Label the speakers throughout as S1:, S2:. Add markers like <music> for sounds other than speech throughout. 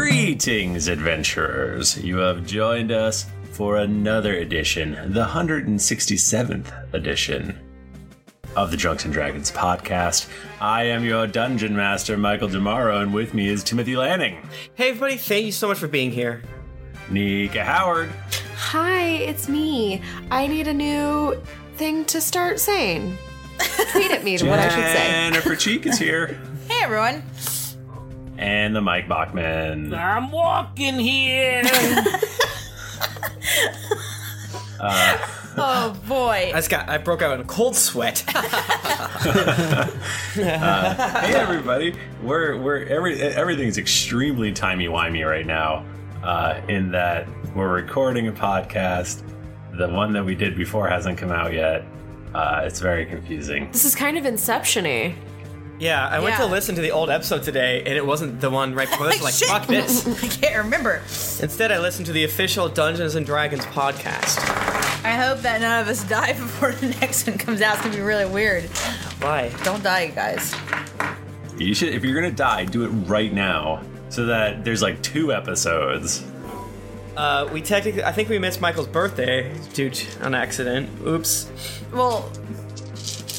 S1: Greetings, adventurers. You have joined us for another edition, the 167th edition of the Drunks and Dragons podcast. I am your dungeon master, Michael Demaro, and with me is Timothy Lanning,
S2: Hey, everybody, thank you so much for being here.
S1: Nika Howard,
S3: Hi, it's me. I need a new thing to start saying. Tweet at me to what I should say.
S1: Jennifer Cheek is
S3: <laughs>
S1: here,
S4: Hey everyone.
S1: and the Mike Bachman.
S5: I'm walking here.
S4: <laughs> Oh boy.
S2: I just got, I broke out in a cold sweat. <laughs>
S1: Uh, hey everybody we're we're every everything's extremely timey-wimey right now uh, in that we're recording a podcast the one that we did before hasn't come out yet uh, it's very confusing
S3: This is kind of inception-y.
S2: yeah, I went to
S4: Yeah.
S2: listen to the old episode today, and it wasn't the one right
S4: <laughs>
S2: before this. like,
S4: Shit.
S2: fuck this.
S4: I can't <laughs> remember.
S2: Instead, I listened to the official Dungeons and Dragons podcast.
S4: I hope that none of us die <laughs> before the next one comes out. It's gonna be really weird.
S2: Why?
S4: Don't die, you guys.
S1: you should if you're gonna die do it right now so that there's like two episodes
S2: Uh, we technically, I think we missed Michael's birthday due to an accident. Oops.
S4: Well,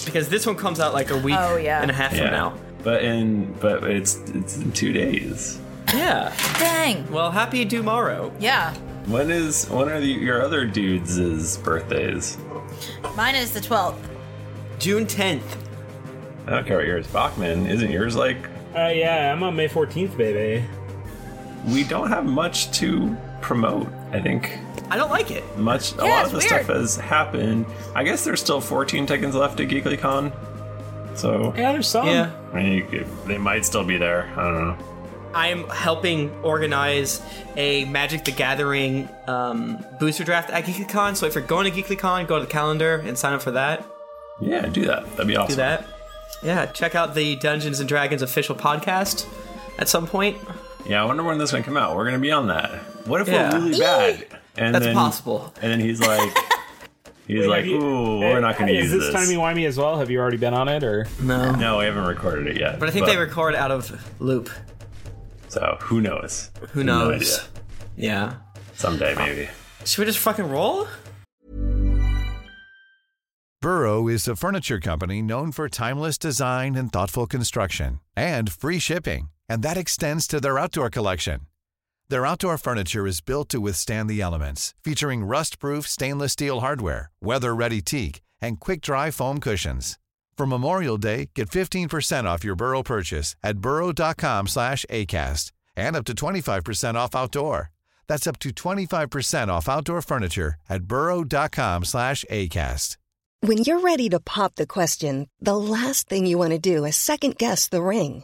S2: Because this one comes out like a week
S4: Oh, yeah.
S2: and a half from now.
S1: but in but it's it's in two days
S2: Yeah.
S4: dang.
S2: Well, happy tomorrow.
S4: Yeah.
S1: when is when are the, your other dudes' birthdays
S4: Mine is the 12th.
S2: June 10th.
S1: i don't care what yours bachman isn't yours like
S5: uh, yeah, I'm on May 14th, baby.
S1: we don't have much to promote. I think
S2: I don't like it.
S1: much. a
S4: Yeah,
S1: lot
S4: it's
S1: of the
S4: weird.
S1: stuff has happened. I guess there's still 14 seconds left at GeeklyCon, so
S5: Yeah, there's some.
S2: Yeah.
S1: I mean, you could- they might still be there. I don't know.
S2: I'm helping organize a Magic the Gathering um, booster draft at GeeklyCon. So if you're going to GeeklyCon, go to the calendar and sign up for that.
S1: Yeah, do that. That'd be awesome.
S2: Do that. Yeah, check out the Dungeons and Dragons official podcast at some point.
S1: Yeah, I wonder when this gonna come out. We're gonna be on that. What if
S2: Yeah.
S1: we're really bad? And
S2: That's
S1: then,
S2: possible.
S1: And then he's like, he's like,
S5: Have you-
S1: ooh, we're not gonna
S5: Hey,
S1: use
S5: Is this timey wimey as well? Have you already been on it, or
S2: No.
S1: no, we haven't recorded it yet.
S2: But I think they record out of loop.
S1: So who knows?
S2: Who
S1: No
S2: knows?
S1: idea.
S2: yeah.
S1: Someday maybe.
S2: Should we just fucking roll? <sighs>
S6: Burrow is a furniture company known for timeless design and thoughtful construction and free shipping, and that extends to their outdoor collection. Their outdoor furniture is built to withstand the elements, featuring rust-proof stainless steel hardware, weather-ready teak, and quick-dry foam cushions. For Memorial Day, get 15% off your Burrow purchase at burrow.com/acast and up to 25% off outdoor. That's up to 25% off outdoor furniture at burrow.com/acast.
S7: When you're ready to pop the question, the last thing you want to do is second guess the ring.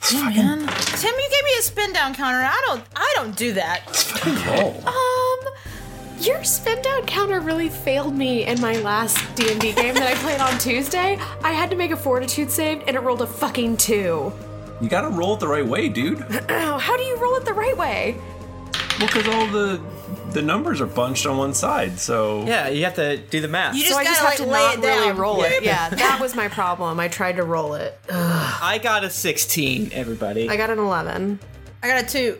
S4: Tim, you gave me a spin down counter. I don't I don't do that.
S3: Um, your spin down counter really failed me in my last D&D game that I played on Tuesday. I had to make a fortitude save and it rolled a fucking 2.
S1: You gotta
S3: <clears throat>
S1: roll it the right way, dude.
S3: Oh, how do you roll it the right way?
S1: Well, because all the the numbers are bunched on one side, so
S2: Yeah, you have to do the math.
S3: You
S2: So
S3: just
S2: I
S3: gotta
S2: have
S3: like
S2: to
S3: lay
S2: not
S3: it
S2: really
S3: down.
S2: roll
S3: <laughs>
S2: it.
S3: Yeah, that was my problem. I tried to roll it.
S2: I got a 16, everybody.
S3: I got an 11.
S4: I got a 2.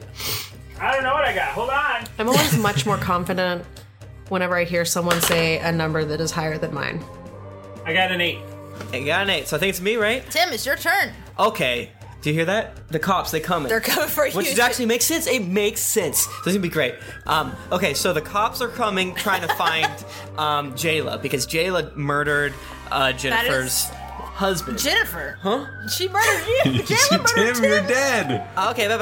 S5: I don't know what I got. Hold on.
S3: I'm always much more confident whenever I hear someone say a number that is higher than mine.
S5: I got an 8.
S2: I got an 8, so I think it's me, right?
S4: Tim, it's your turn.
S2: Okay. Do you hear that? The cops, they coming.
S4: They're coming for you.
S2: Which is actually makes sense. It makes sense. So it's gonna be great. Um, okay, so the cops are coming trying to find <laughs> um, Jayla because Jayla murdered uh, Jennifer's husband.
S4: Jennifer.
S2: Huh?
S4: She murdered <laughs>
S2: <laughs>
S4: you. Jayla murdered
S1: Tim, you're dead.
S2: Okay, bye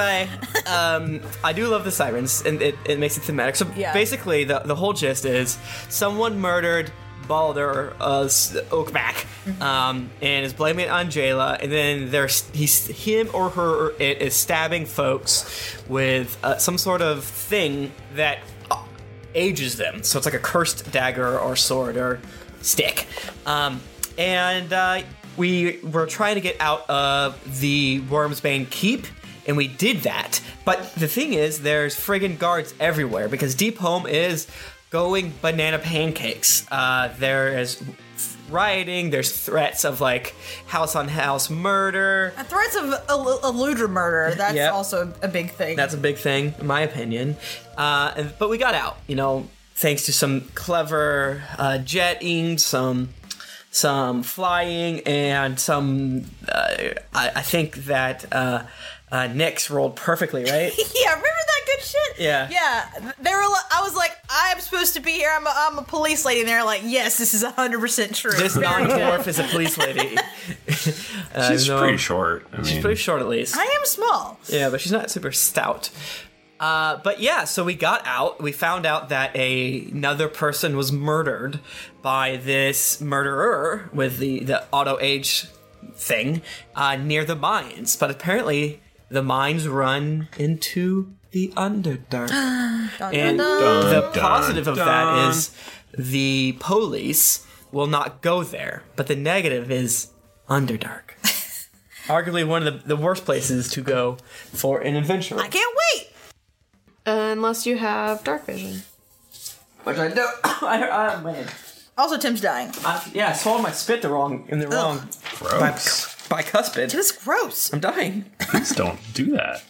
S2: bye. um, I do love the sirens, and it, it makes it thematic. So
S4: Yeah.
S2: basically, the, the whole gist is someone murdered Balder uh, S- Oakback um, and is blaming it on Jayla, and then there's he's him or her or it is stabbing folks with uh, some sort of thing that uh, ages them. So it's like a cursed dagger or sword or stick. Um, and uh, we were trying to get out of the Wormsbane keep, and we did that. But the thing is, there's friggin' guards everywhere because Deep Home is going banana pancakes. Uh, there is rioting, there's threats of like house on house murder.
S4: Uh, Threats of el- eluder murder. That's
S2: Yep.
S4: also a big thing. <laughs>
S2: That's a big thing, in my opinion. Uh, and- but we got out, you know, thanks to some clever uh, jetting, some some flying, and some. Uh, I, I think that uh, uh, Nyx rolled perfectly,
S4: <laughs>
S2: right?
S4: yeah, remember that good shit?
S2: Yeah.
S4: Yeah. They were li- I was like, I'm supposed to be here. I'm a, I'm a police lady. And they're like, yes, this is 100% true.
S2: this
S4: Very
S2: non
S4: good.
S2: dwarf is a police lady. <laughs> Uh,
S1: she's
S2: no.
S1: pretty short. I
S2: She's
S1: mean,
S2: pretty short, at least.
S4: I am small.
S2: Yeah, but she's not super stout. Uh, but yeah, so we got out. We found out that a, another person was murdered by this murderer with the, the auto age thing uh, near the mines. But apparently, the mines run into the Underdark. And the positive of that is the police will not go there, but the negative is Underdark. Arguably one of the, the worst places to go for an adventure.
S4: I can't wait.
S3: Unless you have dark vision.
S2: Which I don't. <coughs> I, I, man.
S4: Also, Tim's dying.
S2: I, yeah, I swallowed my spit the wrong in the wrong Bi- bicuspid.
S4: That's gross.
S2: I'm dying. <laughs>
S1: please don't do that.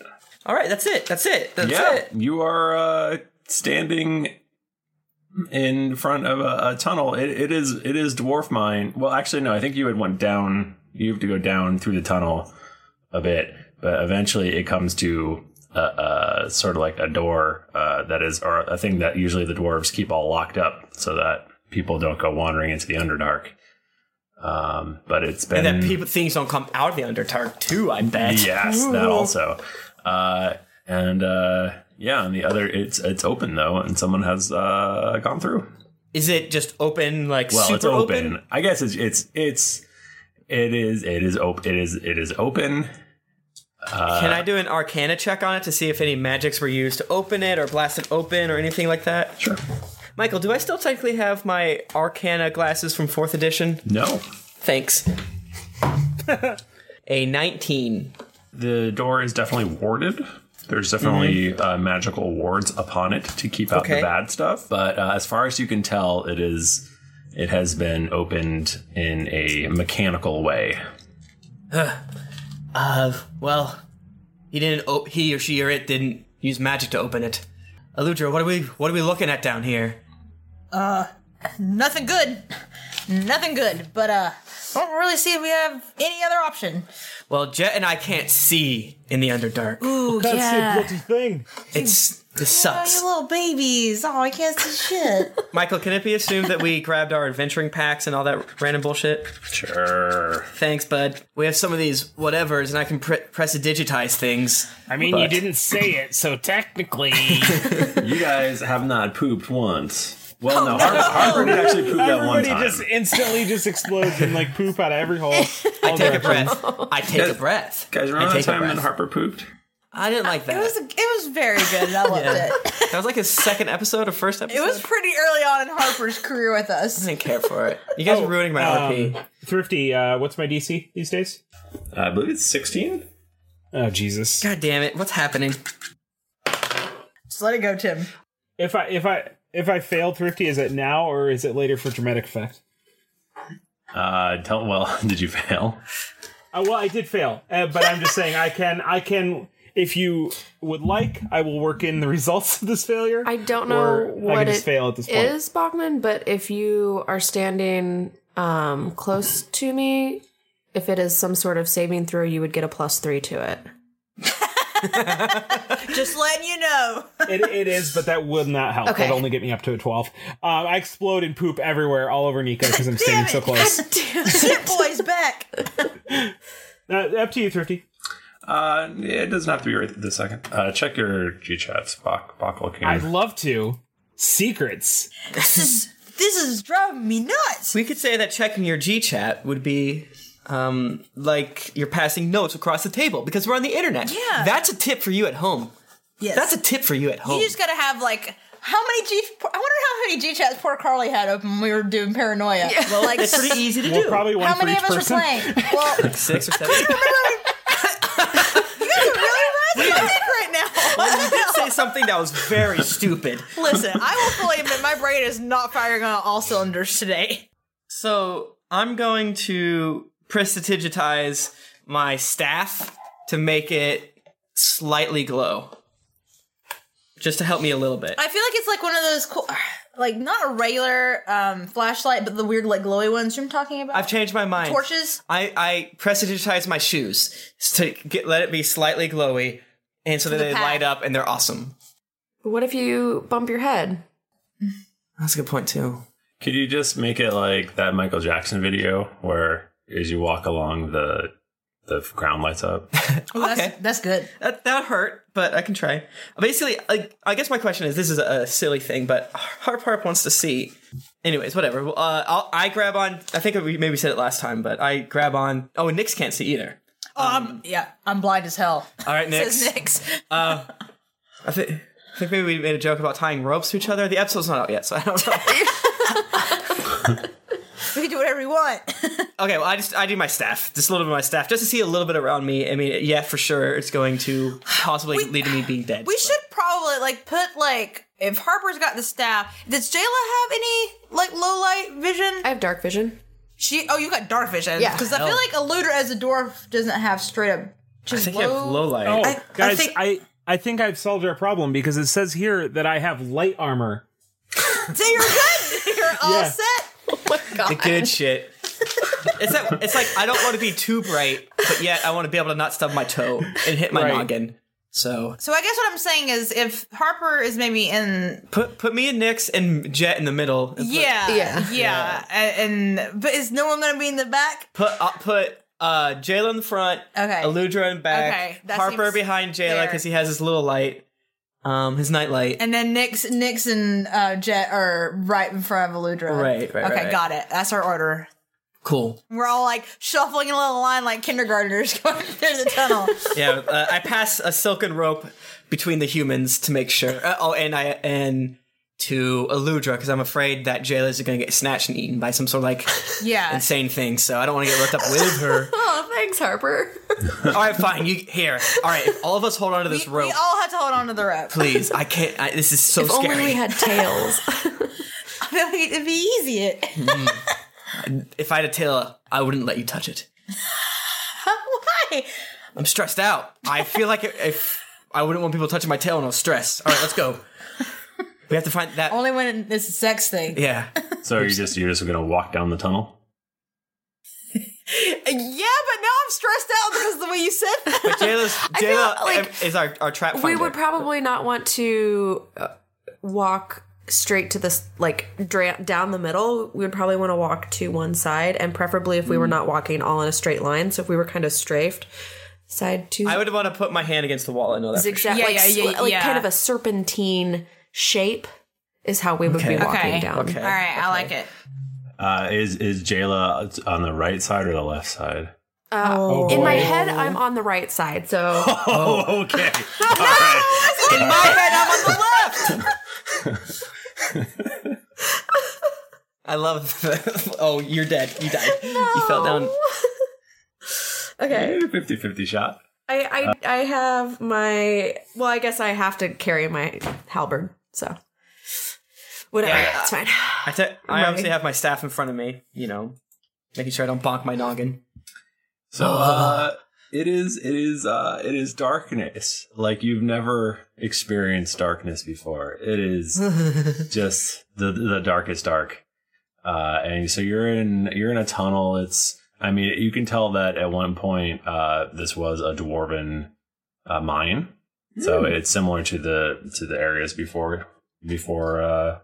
S2: All right, that's it. That's it. That's
S1: yeah,
S2: it.
S1: you are uh, standing in front of a, a tunnel. It, it is it is dwarf mine. Well, actually, no. I think you would went down. You have to go down through the tunnel a bit, but eventually it comes to a, a sort of like a door uh, that is or a thing that usually the dwarves keep all locked up so that people don't go wandering into the underdark. Um, but it's been
S2: And that people things don't come out of the Underdark too. I bet.
S1: Yes, that also. Uh, and uh, yeah, and the other, it's it's open though, and someone has uh, gone through.
S2: Is it just open like
S1: Well,
S2: super
S1: it's open. I guess it's it's it's it is it is open. It is it is open. Uh,
S2: Can I do an Arcana check on it to see if any magics were used to open it or blast it open or anything like that?
S1: Sure.
S2: Michael, do I still technically have my Arcana glasses from fourth edition?
S1: No.
S2: Thanks. <laughs> a 19.
S1: The door is definitely warded. There's definitely uh, magical wards upon it to keep out
S2: Okay.
S1: the bad stuff. But uh, as far as you can tell, it is it has been opened in a mechanical way.
S2: Ugh. uh, well, he didn't. O- he or she or it didn't use magic to open it. Aludra, what are we? What are we looking at down here?
S4: Uh, nothing good. Nothing good. But, uh, I don't really see if we have any other option.
S2: Well, Jet and I can't see in the Underdark.
S4: Ooh,
S5: That's
S4: yeah.
S5: a guilty thing.
S2: It's this sucks.
S4: Oh, you little babies. Oh, I can't
S2: <laughs>
S4: see shit.
S2: Michael, can it be assumed that we grabbed our adventuring packs and all that random bullshit?
S1: Sure.
S2: Thanks, bud. We have some of these whatevers, and I can pre- press to digitize things.
S5: I mean, you
S2: But-
S5: didn't say it, so
S2: <laughs>
S5: technically.
S1: you guys have not pooped once. Well, <laughs>
S2: Oh,
S1: no, Harper, Harper did actually poop that one
S5: Oh, Everybody
S1: time.
S5: just instantly just explodes and like poop out of every
S4: <laughs>
S5: hole. I
S2: take a breath. I take a breath.
S1: Guys,
S2: I
S1: remember that
S2: take a
S1: time when
S2: breath.
S1: Harper pooped?
S2: I didn't like that.
S4: It was, it was very good. and I loved
S2: Yeah.
S4: it.
S2: that was like his second episode or first episode.
S4: It was pretty early on in Harper's career with
S2: <laughs>
S4: us.
S2: I didn't care
S5: <laughs>
S2: for it. You guys are ruining my RP.
S5: Oh, um, Thrifty, uh, what's my DC these days?
S1: I believe it's 16.
S5: Oh, Jesus.
S2: God damn it. What's happening?
S4: Just let it go, Tim.
S5: If I if I if I fail thrifty, is it now or is it later for dramatic effect?
S1: Uh, don't, well, <laughs> did you fail?
S5: Uh, well, I did fail, uh, but I'm just saying I can I can. If you would like, I will work in the <laughs> results of this failure.
S3: I don't know
S5: or I
S3: what
S5: can just
S3: it
S5: fail at this point.
S3: is, Bachman, but if you are standing um, close to me, if it is some sort of saving throw, you would get a plus three to it.
S4: Just letting you know.
S5: it, it is, but that would not help.
S4: Okay.
S5: That'd only get me up to a 12. Uh, I explode and poop everywhere, all over Nico, because
S4: <laughs>
S5: I'm standing so close.
S4: Shit boy's back.
S5: Uh, up to you, Thrifty.
S1: Uh, it doesn't have to be right this second. Uh, check your G chats, Bach, Bach looking.
S5: I'd love to. Secrets.
S4: This is this is driving me nuts.
S2: We could say that checking your G chat would be um, like you're passing notes across the table because we're on the internet.
S4: Yeah.
S2: That's a tip for you at home.
S4: Yes.
S2: That's a tip for you at home.
S4: You just gotta have like how many G? I wonder how many G chats poor Carly had open when we were doing paranoia.
S2: Yeah. Well,
S4: like
S2: it's pretty easy to Well, do. probably one
S4: how
S2: for
S4: many
S2: each
S4: of us
S2: person.
S4: were playing?
S2: <laughs>
S4: Well,
S2: like six or seven.
S4: really raspy right now.
S2: well, you did say something that was
S4: <laughs>
S2: very stupid.
S4: Listen, I will fully admit my brain is not firing on all cylinders today.
S2: So I'm going to prestidigitize my staff to make it slightly glow, just to help me a little bit.
S4: I feel like it's like one of those cool, <sighs> like not a regular um, flashlight, but the weird like glowy ones you're talking about.
S2: I've changed my mind.
S4: Torches?
S2: I I prestidigitize my shoes to get let it be slightly glowy, and so
S3: For
S2: that
S3: the
S2: they
S3: pack.
S2: light up and they're awesome.
S3: What if you bump your head?
S2: That's a good point too.
S1: Could you just make it like that Michael Jackson video where as you walk along the the ground lights up?
S2: okay,
S4: Oh, that's, good.
S2: That that hurt, but I can try. Basically, like I guess my question is: this is a silly thing, but Harp Harp wants to see. Anyways, whatever. Uh, I'll, I grab on. I think we maybe said it last time, but I grab on. Oh, and Nyx can't see either.
S4: Um, yeah, I'm blind as hell.
S2: All right, Nyx.
S4: <laughs> Says Nyx.
S2: Uh, <laughs> I think. I think maybe we made a joke about tying ropes to each other. The episode's not out yet, so I
S4: <laughs>
S2: don't know.
S4: We can do whatever we want.
S2: okay, well, I just I do my staff, just a little bit of my staff, just to see a little bit around me. I mean, yeah, for sure, it's going to possibly lead to me being dead.
S4: We should probably like put like if Harper's got the staff. Does Jayla have any like low light vision? I
S3: have dark vision.
S4: She oh you got dark vision
S3: Yeah.
S4: because I feel
S3: Hell.
S4: like a looter as a dwarf doesn't have straight up. Just
S5: think I
S4: low,
S5: have
S2: low light.
S5: Oh,
S4: I- I
S5: guys, I,
S4: think-
S5: I, think I've solved our problem because it says here that I have light armor.
S4: So you're good. <laughs> You're all
S5: Yeah.
S4: set. Oh my <laughs>
S2: the good shit. it's that, it's like I don't want to be too bright, but yet I want to be able to not stub my toe and hit my
S4: Right.
S2: noggin. So
S4: So I guess what I'm saying is if Harper is maybe in
S2: put put me and Nyx and Jet in the middle. And
S4: yeah
S2: put,
S4: yeah a- and, but is no one gonna be in the back?
S2: Put I'll put uh, Jayla in the front.
S4: Okay.
S2: Aludra in back.
S4: Okay, that
S2: Harper
S4: seems
S2: behind Jayla
S4: fair.
S2: because he has his little light, um, his night light.
S4: And then Nyx, Nyx and uh, Jet are right in front of Aludra.
S2: Right, right,
S4: Okay,
S2: right.
S4: got it. That's our order.
S2: Cool.
S4: We're all like shuffling in a little line like kindergartners <laughs> going through the <laughs> tunnel.
S2: yeah, uh, I pass a silken rope between the humans to make sure. Uh, oh, and I and to Aludra because I'm afraid that Jayla's going to get snatched and eaten by some sort of
S4: <laughs>
S2: like
S3: Yeah.
S2: insane thing. So I don't want to get ripped up with her.
S3: <laughs> oh, thanks, Harper.
S2: all right, fine. You here? All right, if all of us hold on to this rope,
S4: we all had to hold on to the rope. <laughs>
S2: please. I can't. I, this is so
S4: If only
S2: scary.
S4: we
S2: <laughs>
S4: had
S3: tails.
S4: I feel like it'd be easy. <laughs>
S2: Mm. Hmm. if I had a tail, I wouldn't let you touch it.
S4: Why?
S2: I'm stressed out. I feel like if I wouldn't want people touching my tail, and I was stressed. All right, let's go. We have to find that.
S4: Only when it's a sex thing.
S2: Yeah.
S1: So are you just you're just gonna walk down the tunnel?
S4: Yeah, but now I'm stressed out because of the way you said that.
S2: But Jayla's
S3: <laughs>
S2: Jayla is our, our trap. Finder.
S3: we would probably not want to uh, walk straight to this like dra- down the middle we would probably want to walk to one side and preferably if we
S2: Mm.
S3: were not walking all in a straight line so if we were kind of strafed side to
S2: I would want to put my hand against the wall. I know that. for
S3: zigzag
S2: sure.
S3: like, sli- like <laughs> kind of a serpentine shape is how we would
S2: Okay.
S3: be walking
S2: Okay.
S3: down
S2: Okay. All right,
S4: I like it.
S1: Uh, is is Jayla on the right side or the left side?
S3: uh,
S1: Oh,
S3: in my
S1: boy.
S3: head i'm on the right side
S2: <laughs>
S3: so
S1: Oh,
S3: <laughs>
S1: okay.
S4: <laughs> In my head, I'm on the left. <laughs>
S2: I love. <laughs> oh, you're dead. You died. You fell down.
S3: <laughs> okay
S1: 50-50 shot. Uh,
S3: I, I I have my well I guess I have to carry my halberd so Whatever.
S2: Yeah.
S3: That's fine.
S2: I, te- I
S3: Right.
S2: obviously have my staff in front of me, you know, making sure I don't bonk my noggin.
S1: So uh, it is it is uh, it is darkness like you've never experienced darkness before. It is just the the darkest dark. Uh, and so you're in you're in a tunnel. It's I mean you can tell that at one point uh, this was a dwarven uh, mine. So
S8: Hmm.
S1: it's similar to the to the areas before before uh,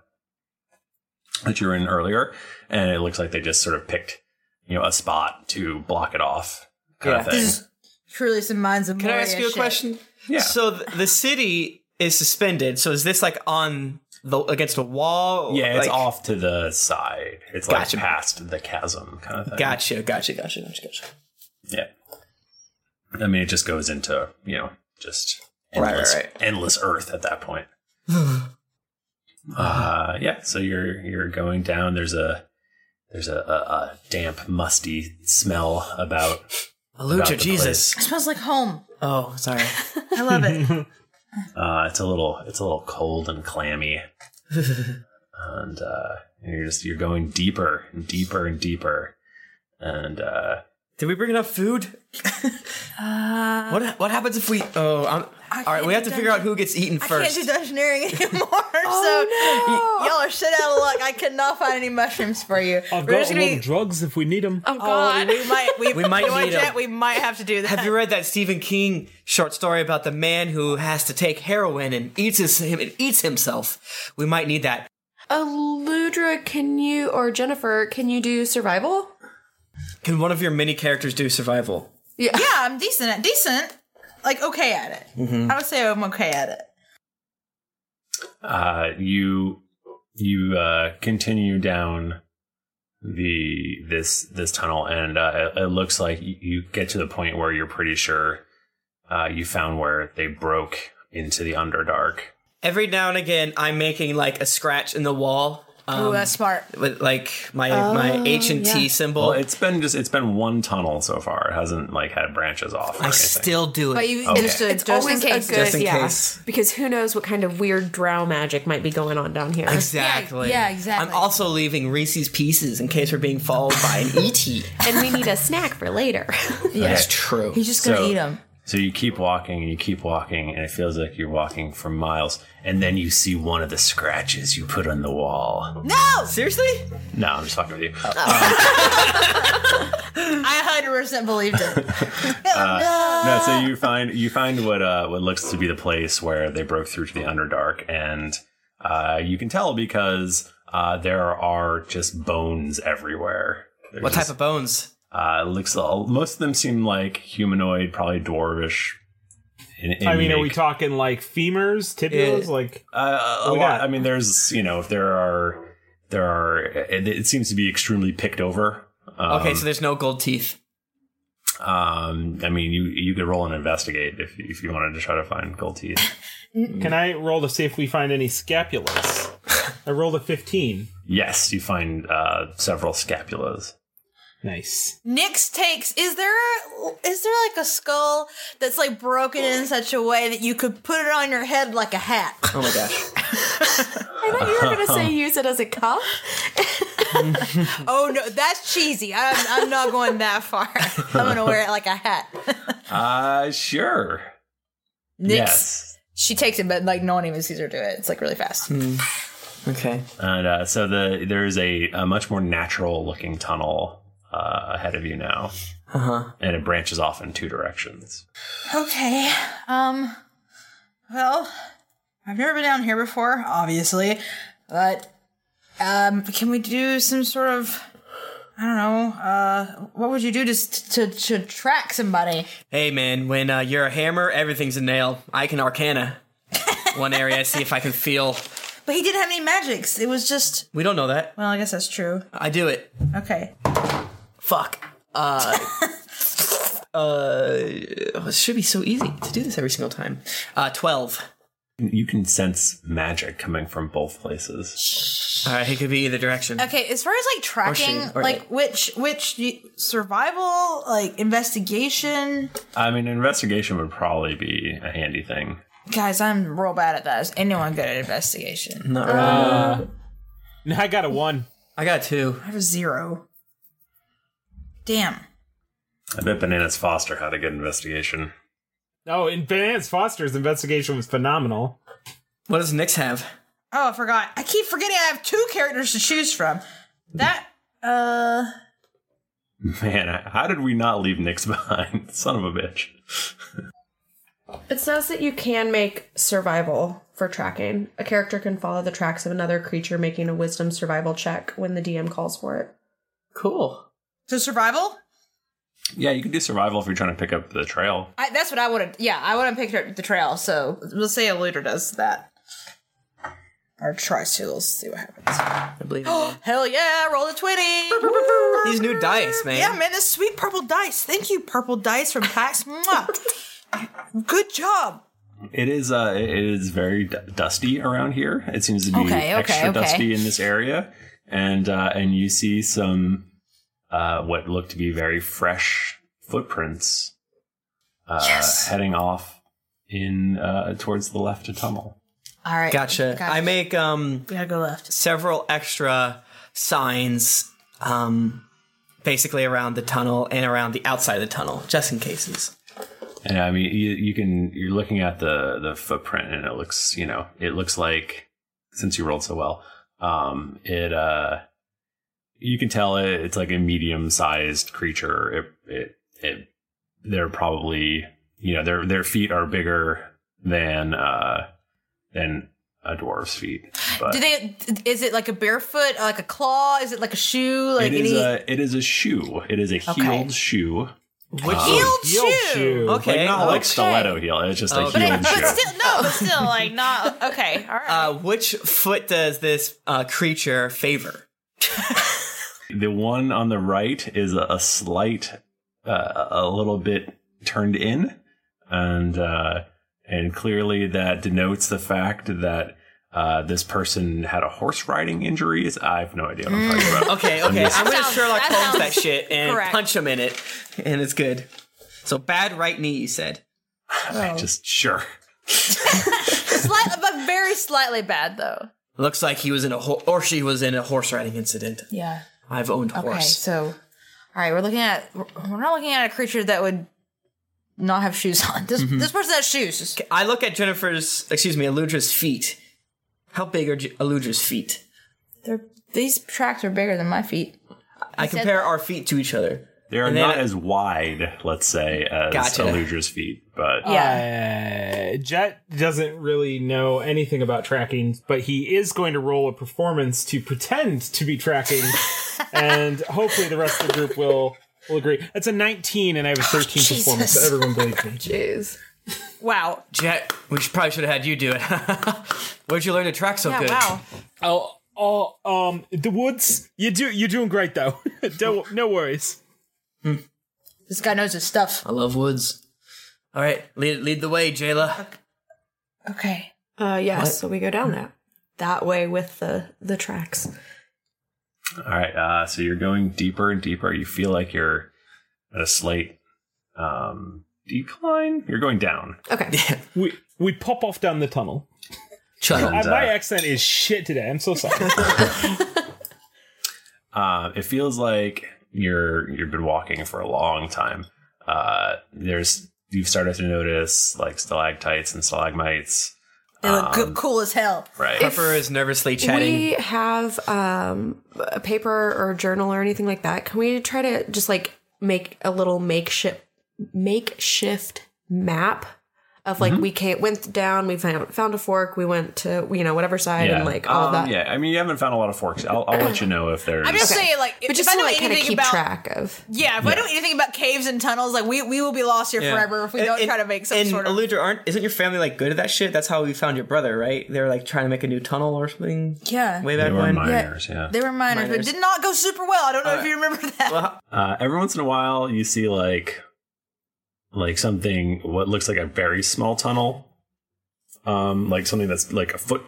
S1: that you were in earlier, and it looks like they just sort of picked you know a spot to block it off kind of
S4: Yeah.
S1: thing.
S4: This is- Truly some minds of
S3: Oh,
S2: Can I ask
S4: Moria
S2: you a
S4: shit.
S2: question? Yeah. So th- the city is suspended. So is this like on the against a wall?
S1: yeah, it's
S2: Like-
S1: off to the side. It's
S2: Gotcha.
S1: like past the chasm kind of thing.
S2: Gotcha, gotcha, gotcha, gotcha, gotcha.
S1: Yeah. I mean, it just goes into you know just
S2: Right, right,
S1: endless,
S2: right.
S1: endless earth at that point. Uh, yeah, so you're you're going down. There's a there's a, a, a damp, musty smell about.
S2: Alluja,
S1: about the
S2: Jesus.
S4: It smells like home.
S2: Oh, sorry.
S4: <laughs> I
S2: <laughs>
S4: love it.
S1: place. Uh, it's a little it's a little cold and clammy,
S2: <laughs>
S1: and uh, you're just you're going deeper and deeper and deeper, and uh,
S2: Did we bring enough food?
S4: Uh,
S2: what what happens if we? Oh, I'm, all right. We have to figure out who gets eaten
S4: I
S2: first.
S4: can't do dungeoneering <laughs> anymore,
S3: Oh,
S4: so y- y'all are shit out of luck. I cannot find any mushrooms for you.
S5: I've
S4: We're
S5: got
S4: just
S5: a
S4: gonna
S5: lot of <laughs>
S4: be-
S5: drugs if we need them.
S4: Oh God, we might we,
S2: <laughs> We might
S4: you know what,
S2: need 'em.
S4: Jet? We might have to do that.
S2: Have you read that Stephen King short story about the man who has to take heroin and eats his, him and eats himself? We might need that.
S3: Aludra, can you or Jennifer, can you do survival?
S2: Can one of your mini characters do survival?
S4: Yeah. I'm decent at decent. Like okay at it. I would say I'm okay at it.
S1: uh, you you uh, continue down the this this tunnel, and uh, it, it looks like y- you get to the point where you're pretty sure uh, you found where they broke into the Underdark.
S2: Every now and again, I'm making like a scratch in the wall. Um,
S4: Oh, that's smart.
S2: With like my my H and T symbol.
S1: Well, it's been just it's been one tunnel so far. It hasn't like had branches off. Or
S2: I
S1: anything.
S2: still do it.
S3: But you
S1: Okay.
S3: understood.
S1: It's
S3: It's just
S1: always
S3: in case.
S1: a good- Just in
S3: yeah.
S1: case.
S3: Because who knows what kind of weird drow magic might be going on down here.
S2: Exactly. I'm also leaving Reese's pieces in case we're being followed by an E ET.
S3: and we need a snack for later. <laughs>
S1: Yeah. That's true. He's just gonna So- eat
S4: 'em.
S1: So you keep walking and you keep walking, and it feels like you're walking for miles. And then you see one of the scratches you put on the wall.
S4: No!
S2: Seriously?
S1: No, I'm just fucking with you.
S4: I 100%
S2: <laughs>
S4: believed it.
S1: Uh, no, so you find you find what uh, what looks to be the place where they broke through to the Underdark, and uh, you can tell because uh, there are just bones everywhere. There's
S2: What
S1: just-
S2: type of bones?
S1: Uh, it looks all, most of them seem like humanoid, probably dwarvish. In, in
S5: I mean, are we
S1: make.
S5: talking like femurs, tibials, like
S1: uh, a
S5: What we
S1: lot. I mean, there's you know if there are there are it, it seems to be extremely picked over. Um,
S2: okay, so there's no gold teeth.
S1: um, I mean, you you could roll and investigate if if you wanted to try to find gold teeth.
S2: Mm.
S5: Can I roll to see if we find any scapulas? I rolled a 15.
S1: Yes, you find uh, several scapulas.
S5: Nice.
S4: Nyx takes. Is there a, is there like a skull that's like broken in such a way that you could put it on your head like a hat?
S2: Oh my gosh.
S3: <laughs> I thought you were going to
S2: <laughs>
S3: say use it as a cup.
S4: <laughs> oh no, that's cheesy. I'm, I'm not going that far. I'm gonna wear it like a hat.
S1: Uh, sure.
S4: Nyx,
S1: Yes.
S4: she takes it, but like no one even sees her do it. It's like really fast.
S2: Okay.
S1: And uh, so the there is a, a much more natural looking tunnel uh, ahead of you now,
S2: Uh huh.
S1: and it branches off in two directions.
S4: Okay. Um. Well, I've never been down here before, obviously, but um, can we do some sort of I don't know. Uh, what would you do to to to track somebody?
S2: Hey man, when uh, you're a hammer, everything's a nail. I can
S3: <laughs>
S2: arcana. One area, I see if I can feel.
S4: But he didn't have any magics. It was just.
S2: We don't know that.
S4: Well, I guess that's true.
S2: I do it.
S4: Okay.
S2: Fuck.
S3: <laughs>
S2: Uh. uh. It should be so easy to do this every single time. Uh, twelve.
S1: You can sense magic coming from both places.
S2: All right, Uh, it could be either direction.
S4: Okay. As far as like tracking,
S1: shoot, or-
S4: like which which you, survival, like investigation.
S1: I mean, investigation would probably be a handy thing.
S4: Guys, I'm real bad at that. Is anyone good at investigation?
S2: Not
S1: really. Uh,
S5: I got a one.
S2: I got two.
S4: I have a zero. Damn.
S1: I bet Bananas Foster had a good investigation. <laughs>
S5: No, and Vance Oh, Foster's investigation was phenomenal.
S2: What does Nix have?
S4: Oh, I forgot. I keep forgetting I have two characters to choose from. That uh
S1: Man, how did we not leave Nix <laughs> behind? Son of a bitch.
S3: It says that you can make survival for tracking. A character can follow the tracks of another creature making a wisdom survival check when the DM calls for it.
S2: Cool.
S4: So survival?
S1: Yeah, you can do survival if you're trying to pick up the trail.
S4: I, that's what I would have. Yeah, I would have picked up the trail. So we'll say a looter does that, <gasps> or tries to. Let's see what happens.
S2: I believe.
S4: Hell yeah! Roll
S1: <laughs>
S4: a twenty.
S2: These new dice, man.
S4: Yeah, man, this sweet purple dice. Thank you, purple dice from PAX. Mwah. <laughs> Good job.
S1: It is uh, it is very d- dusty around here. It seems to be
S4: Okay, okay,
S1: extra
S4: okay.
S1: dusty in this area, and uh, and you see some uh, what look to be very fresh footprints uh, heading off in uh, towards the left of Tummel.
S4: All right.
S2: Gotcha. I make um
S4: We gotta go left.
S2: several extra signs um basically around the tunnel and around the outside of the tunnel just in cases.
S1: And I mean, you, you can you're looking at the the footprint, and it looks you know it looks like since you rolled so well, um, it uh, you can tell it, it's like a medium sized creature. It it it they're probably you know their their feet are bigger than uh than a dwarf's feet. But
S4: Do they? Is it like a barefoot, like a claw? Is it like a shoe? Like
S1: it is
S4: any?
S1: a it is a shoe. It is a
S4: Okay.
S1: heeled shoe. Um,
S2: Which
S4: Heeled shoe?
S1: Like,
S2: Okay.
S1: not like
S2: okay.
S1: stiletto heel. Oh, It's just a
S2: Okay.
S4: but, it,
S1: heeled
S4: but
S1: shoe.
S4: still, no, but still, like
S2: <laughs>
S4: not okay. All right.
S2: Uh, which foot does this uh, creature favor?
S1: The one on the right is a, a slight, uh, a little bit turned in, and uh, and clearly that denotes the fact that uh, this person had a horse riding injury. Is I have no idea what I'm talking about.
S2: Mm. Okay, okay.
S1: just-
S2: I'm gonna
S4: sounds-
S2: Sherlock
S4: that
S2: Holmes that
S4: sounds
S2: shit and
S4: correct.
S2: punch him in it, and it's good. So bad right knee, you said.
S1: I just sure.
S4: <laughs> Slight, but very slightly bad though.
S2: Looks like he was in a ho- or she was in a horse riding incident.
S4: Yeah.
S2: I've owned
S4: Okay,
S2: horse.
S4: so all right, we're looking at we're we're not looking at a creature that would not have shoes on. This
S2: Mm-hmm.
S4: this person has shoes. Just-
S2: I look at Jennifer's, excuse me, Eludra's feet. How big are J- Eludra's feet?
S4: they're- these tracks are bigger than my feet.
S2: I
S4: said-
S2: compare our feet to each other.
S1: They are
S2: And then
S1: not
S2: I-
S1: as wide, let's say, as
S2: Gotcha.
S1: Eludra's feet, but
S4: Yeah.
S5: Uh, Jet doesn't really know anything about tracking, but he is going to roll a performance to pretend to be
S4: <laughs>
S5: tracking, and hopefully the rest of the group will will agree. That's a 19, and I have a 13
S4: Oh,
S5: performance, so everyone
S4: <laughs>
S5: believes me.
S3: Jeez.
S4: wow.
S2: Jet, we should, probably should have had you do it. <laughs> Where'd you learn to track so
S4: Yeah.
S2: good?
S4: Wow.
S5: Oh, oh, um, the woods. You do. You're doing great though. <laughs> Don't, no worries.
S2: Hmm.
S4: This guy knows his stuff.
S2: I love woods. All right, lead lead the way, Jayla.
S4: Okay.
S3: Uh, yes. So we go down that that way with the the tracks.
S1: All right, uh, so you're going deeper and deeper. You feel like you're at a slight um, decline. You're going down.
S3: Okay.
S5: We we pop off down the tunnel.
S2: Chuddle.
S5: I,
S1: And, uh,
S5: my accent is shit today. I'm so
S2: <laughs>
S5: sorry.
S1: Uh, it feels like you're you've been walking for a long time. Uh, there's you've started to notice like stalactites and stalagmites,
S4: They look good, cool as hell.
S1: Um, right?
S2: Pepper is nervously chatting.
S3: We have um, a paper or a journal or anything like that. Can we try to just like make a little makeshift makeshift map of
S1: Mm-hmm.
S3: like we can't went down, we found found a fork, we went to you know whatever side and like all
S1: Um,
S3: that.
S1: Yeah, I mean you haven't found a lot of forks. I'll, I'll let you know
S3: <laughs>
S1: if there's.
S4: I'm just saying, like,
S3: But
S4: if
S3: just
S4: I
S3: to
S4: know
S3: like kind of
S4: anything
S3: keep
S4: about
S3: track of.
S4: yeah, if I know anything about caves and tunnels, like we we will be lost here
S2: Yeah.
S4: forever if we don't
S2: And-
S4: try to make some
S2: and
S4: sort of.
S2: Eludra, aren't isn't your family like good at that shit? That's how we found your brother, right? They were like trying to make a new tunnel or something.
S4: Yeah.
S2: Way
S1: they
S2: back
S1: were
S2: when.
S1: miners, yeah.
S4: They were miners,
S2: Miners.
S4: but did not go super well. I don't know if you remember that.
S1: Uh, every once in a while, you see like like something what looks like a very small tunnel, um, like something that's like a foot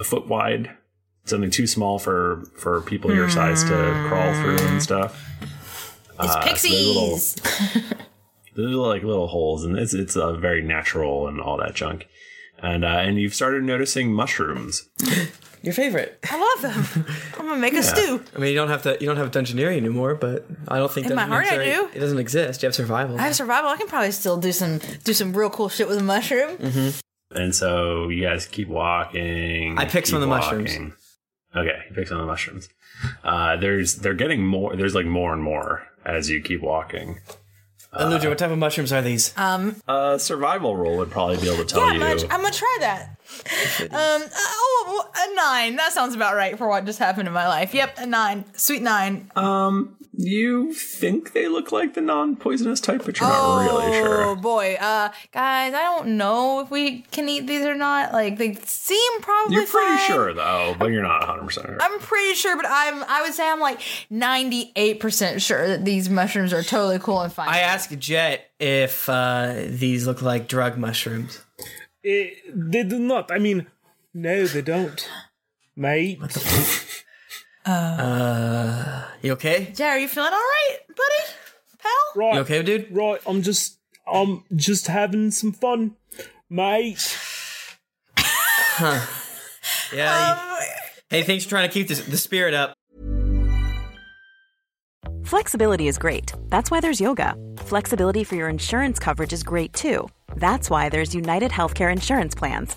S1: a foot wide, something too small for for people your size to crawl through and stuff.
S4: Hmm. it's
S1: Uh, so there's little-
S4: pixies.
S1: <laughs> there's like little holes, and it's it's uh, very natural and all that junk. and uh, and you've started noticing mushrooms.
S2: Your favorite.
S4: I
S1: <laughs>
S4: love them. I'm gonna make
S1: Yeah.
S4: a stew.
S2: I mean, you don't have to. You don't have Dungeoneering anymore, but I don't think
S4: In my heart, I
S2: Dungeoneering-
S4: do.
S2: It doesn't exist. You have survival.
S4: I have survival. I can probably still do some do some real cool shit with a mushroom.
S1: Mm-hmm. And so you guys keep walking.
S2: I pick some
S1: keep
S2: of the mushrooms.
S1: walking. Okay, he picks on the mushrooms. Uh, there's they're getting more. There's like more and more as you keep walking.
S2: Aludra, what type of mushrooms are these?
S4: Um,
S1: Uh, survival roll would probably be able to tell
S4: yeah,
S1: you.
S4: I'm gonna, I'm gonna try that. Um, oh, a nine. That sounds about right for what just happened in my life. Yep, a nine. Sweet nine.
S1: Um, you think they look like the non-poisonous type, but you're
S4: oh
S1: not really sure.
S4: boy, uh, guys, I don't know if we can eat these or not. Like they seem probably.
S1: You're pretty
S4: fine.
S1: sure though, but you're not 100 percent sure.
S4: I'm pretty sure, but I'm I would say I'm like 98% sure that these mushrooms are totally cool and fine.
S2: I asked Jet if uh, these look like drug mushrooms.
S5: It, they do not. I mean, no, they don't. Mate.
S2: Uh, you okay?
S4: Jay, are you feeling all right, buddy? Pal?
S5: Right.
S2: You okay, dude?
S5: Right. I'm just. I'm just having some fun, mate.
S2: Yeah.
S3: Um,
S2: he- hey, thanks for trying to keep this, the spirit up.
S9: Flexibility is great. That's why there's yoga. Flexibility for your insurance coverage is great too. That's why there's United Healthcare Insurance Plans.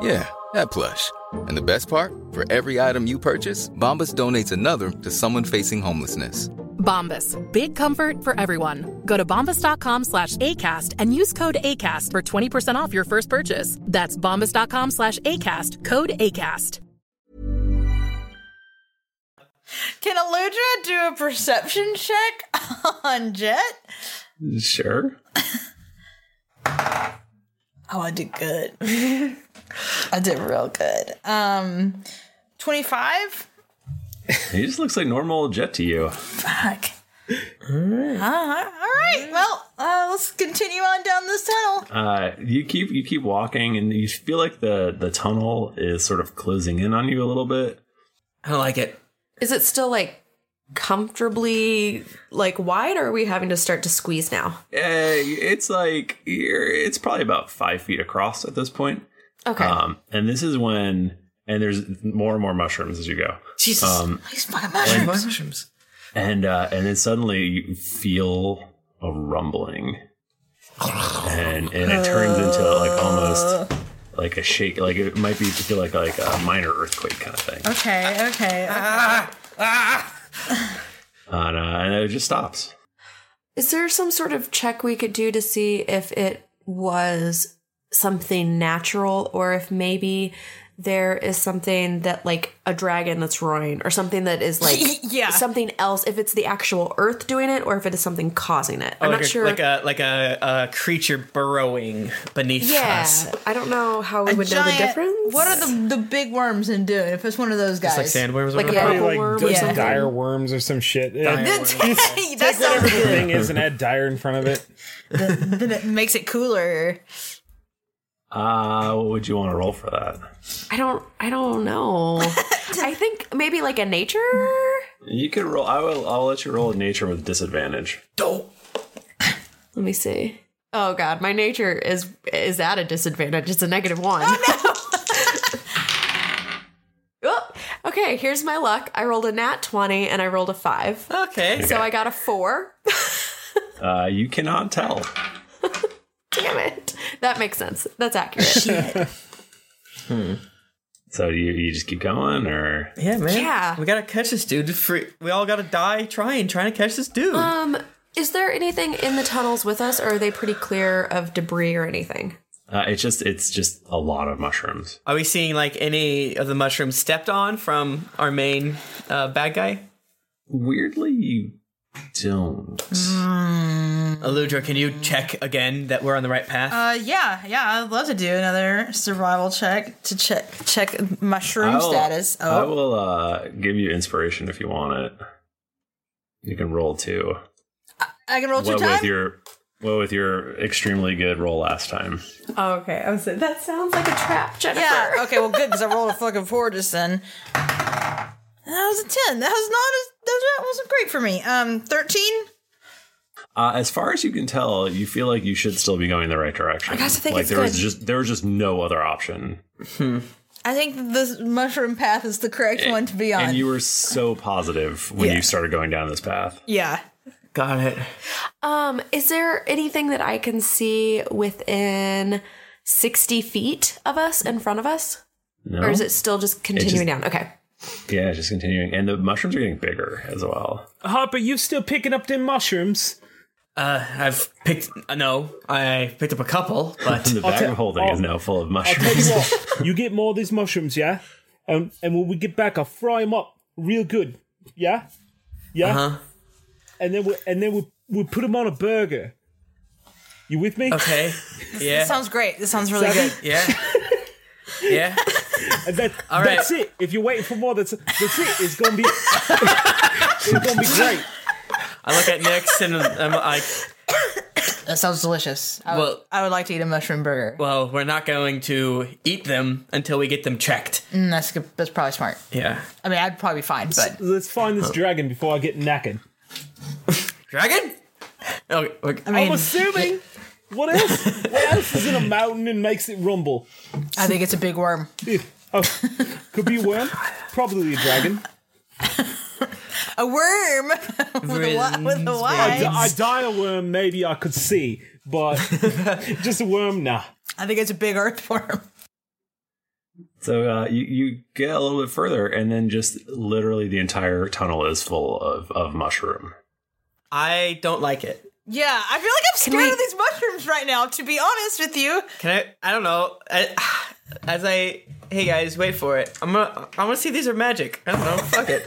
S10: Yeah, that plush. And the best part? For every item you purchase, Bombas donates another to someone facing homelessness.
S11: Bombas. Big comfort for everyone. Go to bombas.com slash ACAST and use code ACAST for 20% off your first purchase. That's bombas.com slash ACAST. Code ACAST.
S4: Can Aludra do a perception check <laughs> on Jet?
S1: <sighs> Sure.
S4: Oh, I did good. <laughs> I did real good. Um 25?
S1: He just looks like normal jet to you.
S4: Fuck. Uh, all right. Well, uh, let's continue on down this tunnel.
S1: Uh, you keep you keep walking, and you feel like the the tunnel is sort of closing in on you a little bit.
S2: I don't like it.
S3: Is it still like comfortably like wide, or are we having to start to squeeze now?
S1: Eh, it's like you're- it's probably about five feet across at this point.
S3: Okay.
S1: Um, and this is when and there's more and more mushrooms as you go.
S2: Jesus.
S1: Um,
S4: These fucking
S1: Like
S4: mushrooms.
S2: mushrooms.
S1: and uh, and then suddenly you feel a rumbling, and and it turns into like almost like a shake, like it might be feel like like a minor earthquake kind of thing,
S4: Okay, okay.
S1: and uh, and it just stops.
S3: Is there some sort of check we could do to see if it was something natural or if maybe there is something that like a dragon that's roaring or something that is <laughs> like
S4: Yeah.
S3: something else if it's the actual earth doing it or if it is something causing it. I'm
S2: Oh, like
S3: not
S2: a,
S3: sure.
S2: Like a like a, a creature burrowing beneath
S3: yeah,
S2: us.
S3: I don't know how we
S4: A
S3: would know the
S4: giant-
S3: difference.
S4: What are the the big worms in Dune? If it's one of those guys,
S5: It's
S4: like
S5: probably
S4: a purple
S5: like
S4: worm.
S5: di-
S4: Yeah. <laughs>
S5: dire <laughs> worms or some shit. Yeah.
S4: That's- <laughs> that
S5: Take whatever
S4: sounds
S5: the
S4: good.
S5: thing is
S4: <laughs>
S5: and add dire in front of it.
S4: then it makes it cooler.
S1: Uh, what would you want to roll for that?
S3: I don't. I don't <laughs> know. I think maybe like a nature.
S1: You could roll. I will. I'll let you roll nature with disadvantage.
S3: Let me see. Oh god, my nature is is at a disadvantage. It's a negative one. <laughs> Oh, okay, here's my luck. I rolled a nat twenty and I rolled a five.
S2: Okay.
S3: So I got a four.
S1: Uh, you cannot tell.
S3: Damn it. That makes sense. That's accurate.
S1: Hmm. So you you just keep going, or
S2: Yeah, man.
S3: Yeah.
S2: We gotta catch this dude. Free- We all gotta die trying, trying to catch this dude.
S3: Um, is there anything in the tunnels with us, or are they pretty clear of debris or anything?
S1: uh, it's just it's just a lot of mushrooms.
S2: Are we seeing like any of the mushrooms stepped on from our main uh, bad guy?
S1: Weirdly, you don't.
S2: Mm. Aludra, can you check again that we're on the right path?
S4: Uh, yeah, yeah. I'd love to do another survival check to check check mushroom
S1: I will-
S4: status.
S1: I
S4: Oh,
S1: will uh, give you inspiration if you want it. You can roll two.
S4: I, can roll two
S1: what
S4: times.
S1: with your what with your extremely good roll last time?
S3: Oh, okay. I was like, that sounds like a trap, Jennifer.
S4: Yeah. Okay. Well, good because I rolled a fucking four just then. That was a ten. That was not as that wasn't great for me. Um, thirteen.
S1: Uh, as far as you can tell, you feel like you should still be going the right direction.
S4: I guess I think
S1: like
S4: it's
S1: there was
S4: good.
S1: just there was just no other option.
S4: I think this mushroom path is the correct one to be on.
S1: And you were so positive when you started going down this path.
S4: yeah.
S2: Got it.
S3: Um, is there anything that I can see within sixty feet of us, in front of us,
S1: No.
S3: or is it still just continuing down? Okay.
S1: Yeah, just continuing. And the mushrooms are getting bigger as well. <laughs>
S5: Harper, you still picking up them mushrooms?
S2: Uh, I've picked. Uh, no, I picked up a couple,
S1: <laughs>
S2: but
S1: the bag of holding is now full of mushrooms.
S5: Tell you what, you get more of these mushrooms, yeah? Um, and when we get back, I'll fry them up real good, yeah? Yeah?
S2: Uh-huh.
S5: And then we and then we we put them on a burger. You with me?
S2: Okay.
S4: This sounds great. This sounds really
S5: Seven?
S4: good.
S2: Yeah. yeah.
S5: <laughs> And that,
S4: All right.
S5: that's it. If you're waiting for more, that's that's it. It's gonna be <laughs> it's gonna be great.
S2: I look
S3: <laughs>
S2: at Nyx and um, I'm like,
S4: That sounds delicious. I
S2: Well-
S4: would, I would like to eat a mushroom burger.
S2: well, we're not going to eat them until we get them checked.
S4: Mm, that's good. That's probably smart.
S2: Yeah.
S4: I mean, I'd probably be fine, but
S5: Let's find this dragon before I get knackered.
S2: Dragon? Okay, okay.
S5: I am assuming. What else? what else is in a mountain and makes it rumble?
S4: I think it's a big worm.
S5: Oh, could be a worm. Probably a dragon.
S4: A worm <laughs> with a y. With a
S5: I, di-
S4: y.
S5: I die a worm. Maybe I could see,
S4: <laughs>
S5: but just a worm. Nah.
S4: I think it's a big earthworm.
S1: So uh, you, you get a little bit further, and then just literally the entire tunnel is full of, of mushroom.
S2: I don't like it.
S4: Yeah, I feel like I'm scared of these mushrooms right now. To be honest with you,
S2: Can I? I don't know. I, <sighs> as I, hey guys, wait for it. I'm gonna, I want to see if these are magic. I don't know. Fuck it.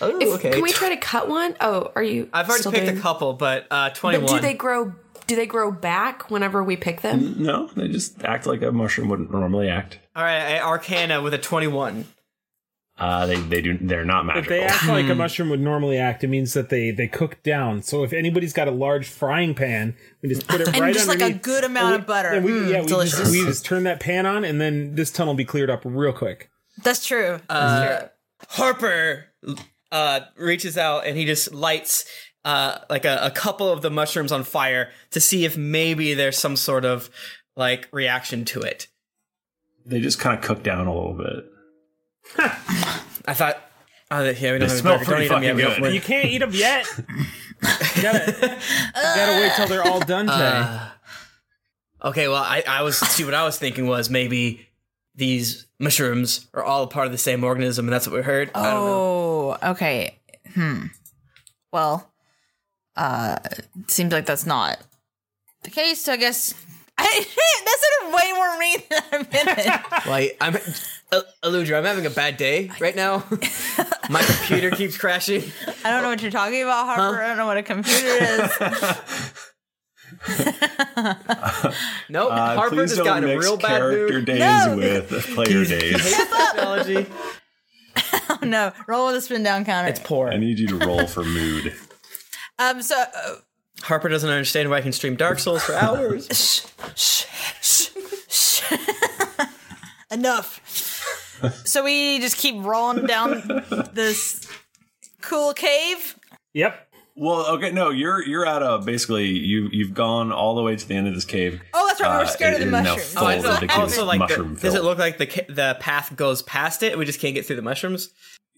S2: Oh,
S3: <laughs> If-
S2: okay.
S3: Can we try to cut one? Oh, are you?
S2: I've already
S3: still
S2: picked
S3: doing-
S2: a couple, but uh,
S3: But
S2: twenty-one.
S3: do they grow? Do they grow back whenever we pick them?
S1: No, they just act like a mushroom wouldn't normally act.
S2: All right, I Arcana with a twenty-one.
S1: Uh, they they do they're not
S5: If
S1: magical.
S5: they act
S1: <laughs>
S5: like a mushroom would normally act, it means that they they cook down. So if anybody's got a large frying pan, we just put it
S4: <laughs> And
S5: right
S4: just, like, a
S5: underneath,
S4: good amount
S5: and
S4: of butter.
S5: and we-
S4: Mm,
S5: yeah, we
S4: delicious.
S5: Just, we just turn that pan on, and then this tunnel will be cleared up real quick.
S4: that's true.
S2: Uh, Harper uh, reaches out and he just lights uh, like a, a couple of the mushrooms on fire to see if maybe there's some sort of like reaction to it.
S1: They just kind of cook down a little bit.
S2: I thought, oh, yeah, we
S1: They
S2: don't have a
S1: smell
S2: burger. Don't
S1: pretty
S2: eat them yet.
S1: fucking
S2: We don't-
S1: good.
S2: we're-
S5: You can't eat them
S2: <laughs>
S5: yet. you gotta, you
S2: Uh,
S5: gotta wait till they're all done. Tay.
S2: Okay, well, I, I was see what I was thinking was maybe these mushrooms are all part of the same organism, and that's what we heard. I don't know.
S4: oh, okay. Hmm. Well, uh, it seems like that's not the <laughs> case. So I guess I, that sounded way more mean than I meant it.
S2: Like I'm, Uh, Aludra, I'm having a bad day
S5: <laughs>
S2: right now. My computer keeps crashing.
S4: <laughs> I don't know what you're talking about, Harper. I don't know what a computer
S1: <laughs>
S4: is.
S2: <laughs> Nope,
S1: Uh,
S2: Harper
S1: please
S2: has
S1: don't
S2: gotten a
S1: mix
S2: real bad
S1: character
S2: mood.
S1: days
S2: No.
S1: with
S4: <laughs>
S1: player days.
S2: technology.
S4: oh no! Roll with a spin down counter.
S2: poor.
S1: I need you to roll for mood.
S4: Um. So. Uh,
S2: Harper doesn't understand why I can stream Dark Souls for hours.
S4: shh, shh, shh, shh. <laughs> Enough. so we just keep rolling down this cool cave.
S5: <laughs> Yep.
S1: Well, okay, no, you're you're out of basically you you've gone all the way to the end of this cave.
S4: Oh, that's right, we were
S1: Uh,
S4: scared of
S1: it
S4: the
S1: is now
S4: mushrooms.
S1: full of the cave is
S2: like, the-
S1: mushroom
S2: does it
S1: filled.
S2: look like the ca- the path goes past it? We just can't get through the mushrooms.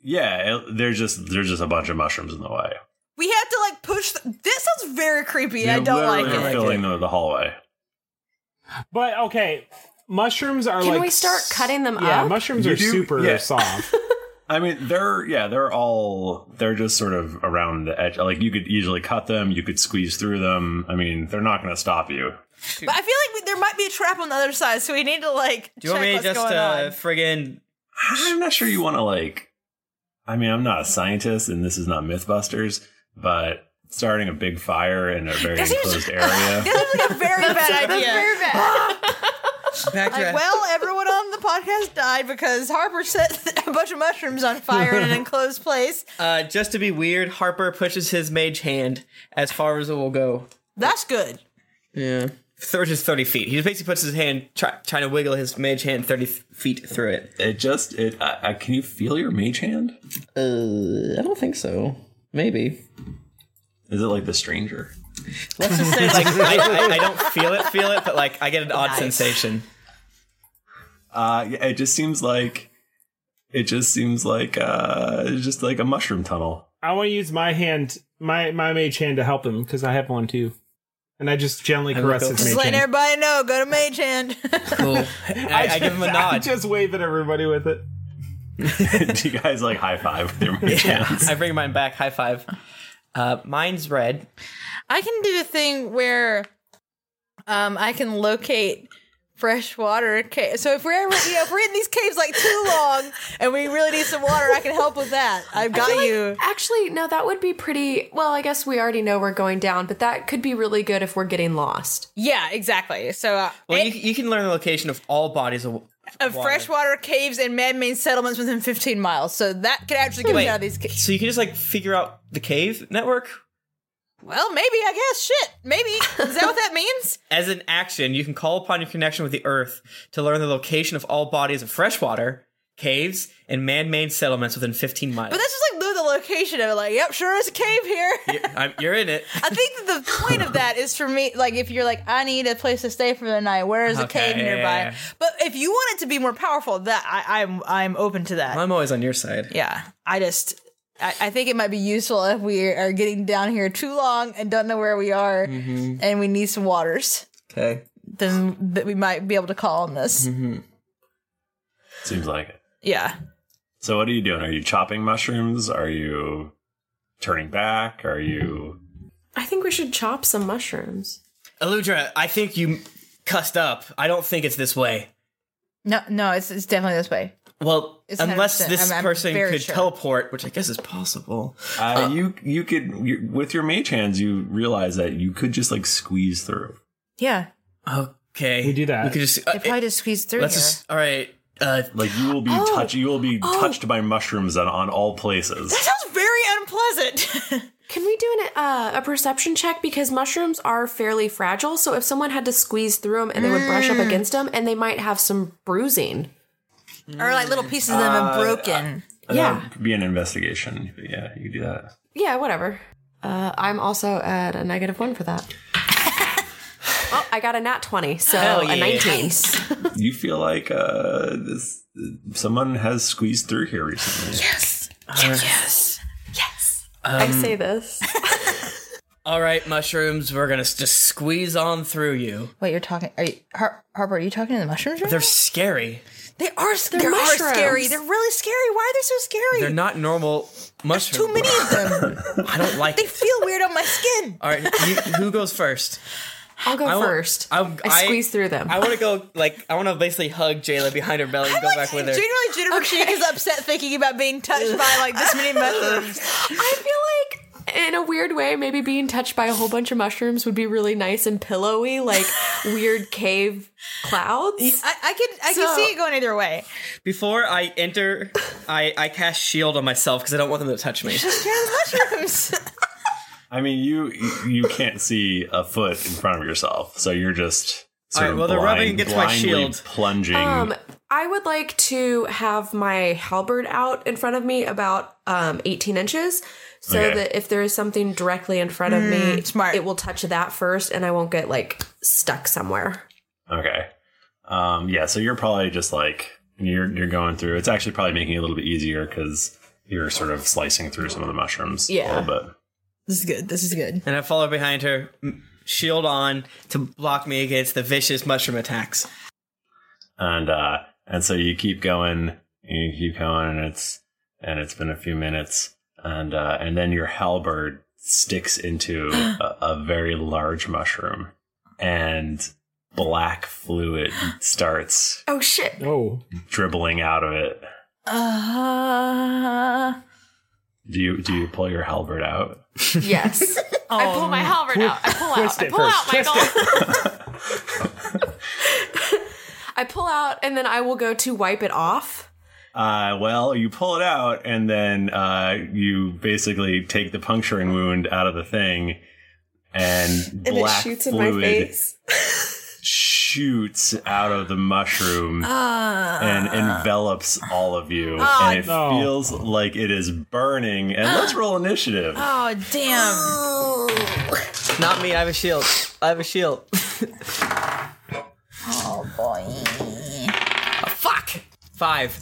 S1: Yeah, it, there's just there's just a bunch of mushrooms in the way.
S4: We have to like push. The- this sounds very creepy. I
S1: They're
S4: don't like
S1: literally
S4: it.
S1: Filling the, the hallway.
S5: But okay, mushrooms are
S3: Can
S5: like
S3: we start cutting them
S5: yeah,
S3: up?
S5: mushrooms
S1: You
S5: are
S1: do-
S5: super
S1: yeah.
S4: <laughs>
S5: soft.
S1: I mean, they're yeah, they're all they're just sort of around the edge. Like you could easily cut them, you could squeeze through them. I mean, they're not going to stop you.
S4: But I feel like we, there might be a trap on the other side, so we need to like
S2: Do you want
S4: check
S2: me to
S4: what's
S2: just
S4: going
S2: uh,
S4: on.
S2: friggin'
S1: I'm not sure you want to like. I mean, I'm not a scientist, and this is not MythBusters, but starting a big fire in a very
S4: This is-
S1: enclosed area.
S4: <laughs> This is like a very
S3: That's-
S4: bad
S3: that's
S4: idea.
S3: very
S2: Backtrack.
S4: Like, well, everyone on the podcast died because Harper set <laughs> a bunch of mushrooms on fire in an enclosed place.
S2: Uh, just to be weird, Harper pushes his mage hand as far as it will go.
S4: That's good.
S2: Yeah. Thir- just 30 feet. He just basically puts his hand, try- trying to wiggle his mage hand 30 f- feet through it.
S1: It just it. I, I, can you feel your mage hand?
S2: Uh, I don't think so. Maybe.
S1: Is it like the stranger?
S2: Let's just say, like, I, I, I don't feel it, feel it, but, like, I get an odd sensation.
S1: Uh, yeah, it just seems like it just seems like uh, it's just like a mushroom tunnel.
S5: I want to use my hand, my my mage hand to help him because I have one too, and I just gently caress his
S4: Just
S5: mage
S4: letting
S5: hand.
S4: everybody know. Go to Mage Hand.
S2: Cool.
S5: <laughs>
S2: I, I give him a
S5: I
S2: nod.
S5: just wave at everybody with it.
S1: <laughs> Do you guys like high five with your mage
S2: Yeah.
S1: hands?
S2: I bring mine back. High five. Uh, mine's red.
S4: I can do the thing where um, I can locate fresh water. Ca- so if we're ever, you know, if we're in these caves like too long and we really need some water, I can help with that. I've
S3: I feel
S4: got
S3: like-
S4: you.
S3: actually, no, that would be pretty. Well, I guess we already know we're going down, but that could be really good if we're getting lost.
S4: yeah, exactly. So uh,
S2: Well, you, you can learn the location of all bodies of.
S4: of
S2: water.
S4: freshwater caves and man-made settlements within 15 miles. So that could actually get
S2: Wait,
S4: us out of these caves.
S2: so you can just, like, figure out the cave network?
S4: Well, maybe I guess. Shit, maybe is that what that
S2: <laughs>
S4: means?
S2: As an action, you can call upon your connection with the Earth to learn the location of all bodies of freshwater, caves, and man-made settlements within 15 miles.
S4: But that's just like the the location of it. Like, yep, sure is a cave here.
S2: You're- I'm- you're in
S4: <laughs>
S2: it.
S4: I think that the point of that is for me, like, if you're like, I need a place to stay for the night. Where is a
S2: Okay,
S4: cave
S2: yeah,
S4: nearby?
S2: yeah, yeah.
S4: But if you want it to be more powerful, that I, I'm I'm open to that.
S2: I'm always on your side.
S4: yeah, I just I, I think it might be useful if we are getting down here too long and don't know where we are,
S2: Mm-hmm.
S4: and we need some waters.
S2: Okay.
S4: Then that we might be able to call on this.
S2: Mm-hmm.
S1: Seems like it.
S4: Yeah.
S1: So what are you doing? Are you chopping mushrooms? Are you turning back? Are you
S3: I think we should chop some mushrooms.
S2: Aludra, I think you cussed up. I don't think it's this way.
S4: No, no, it's it's definitely this way.
S2: Well,
S4: It's
S2: unless
S4: 100%.
S2: this
S4: I'm- I'm
S2: person
S4: very
S2: could
S4: sure.
S2: teleport, which I guess is possible.
S1: Uh, you you could you, with your mage hands you realize that you could just like squeeze through.
S4: Yeah.
S2: Okay.
S5: We do that.
S2: We could just. uh,
S4: If I just squeeze through here.
S2: let's just. All right. Uh,
S1: Like you will be
S4: Oh.
S1: touch you will be
S4: Oh.
S1: touched by mushrooms on, on all places.
S4: that sounds very unpleasant. <laughs>
S3: Can we do an, uh, a perception check because mushrooms are fairly fragile? So if someone had to squeeze through them and they would brush up
S4: Mm.
S3: against them, and they might have some bruising.
S4: or like little pieces of them
S1: Uh,
S4: are broken.
S1: That
S3: yeah.
S1: would be an investigation. But yeah, you could do that.
S3: Yeah, whatever. Uh, I'm also at a negative one for
S4: <laughs>
S3: that. oh, I got a nat twenty, so
S2: Hell yeah.
S3: a
S4: <laughs>
S3: nineteen.
S1: <laughs> You feel like uh, this someone has squeezed through here recently.
S3: I say this.
S2: Um, all right, mushrooms. We're gonna s- just squeeze on through you.
S4: Wait, you're talking? Are you Har- Harper? Are you talking to the mushrooms? Right
S2: They're
S4: now?
S2: scary.
S4: They are. They're
S3: They're mushrooms.
S4: scary. They're really scary. Why are they so scary?
S2: They're not normal mushrooms.
S4: Too many of them.
S2: <laughs> I don't like
S4: they
S2: it.
S4: feel weird on my skin.
S2: All right, you, who goes first?
S3: I'll go
S2: I wa-
S3: first. i
S2: I'm-
S3: squeeze through them.
S2: I want to go like I want to basically hug Jayla behind her
S4: <laughs>
S2: belly and go back with her.
S4: Generally, Jennifer Cheek is upset thinking about being touched by like this many mushrooms.
S3: <laughs> I feel like in a weird way, maybe being touched by a whole bunch of mushrooms would be really nice and pillowy,
S4: <laughs>
S3: like weird cave clouds.
S4: I, I could I
S3: So-
S4: could see it going either way.
S2: Before I enter, I I cast shield on myself because I don't want them to touch me.
S4: <laughs> mushrooms.
S1: I mean, you you can't see a foot in front of yourself, so you're just sort
S2: All right,
S1: of
S2: well, the
S1: blind,
S2: rubbing against my
S1: blindly
S2: shield.
S1: plunging.
S3: Um, I would like to have my halberd out in front of me about um, 18 inches so
S1: Okay.
S3: that if there is something directly in front of
S4: Mm,
S3: me, it will touch that first and I won't get like stuck somewhere.
S1: okay, um, yeah. So you're probably just like you're you're going through. It's actually probably making it a little bit easier because you're sort of slicing through some of the mushrooms.
S2: Yeah.
S1: a little bit.
S4: <laughs> This is good. This is good.
S2: And I follow behind her, m- shield on to block me against the vicious mushroom attacks.
S1: and uh and so you keep going and you keep going and it's and it's been a few minutes and uh and then your halberd sticks
S3: <gasps>
S1: into a, a very large mushroom and black fluid starts
S3: Oh shit.
S5: oh
S1: dribbling out of it
S4: Uh,
S1: do you do you pull your halberd out
S3: <laughs> Yes. I pull my halberd out. I pull
S1: twist
S3: out. I
S1: it
S3: pull out,
S1: first. Twist
S3: Michael. <laughs> I pull out and then I will go to wipe it off.
S1: Uh, well, you pull it out, and then uh, you basically take the puncturing wound out of the thing, and
S3: And it
S1: black
S3: shoots in my
S1: fluid
S3: face.
S1: shoots out of the mushroom
S4: Ah.
S1: and envelops all of you,
S4: Ah.
S1: and it
S4: No.
S1: feels like it is burning. And let's roll initiative.
S4: oh damn!
S2: Not me. I have a shield. I have a shield. <laughs>
S4: oh boy! Oh,
S2: fuck! Five.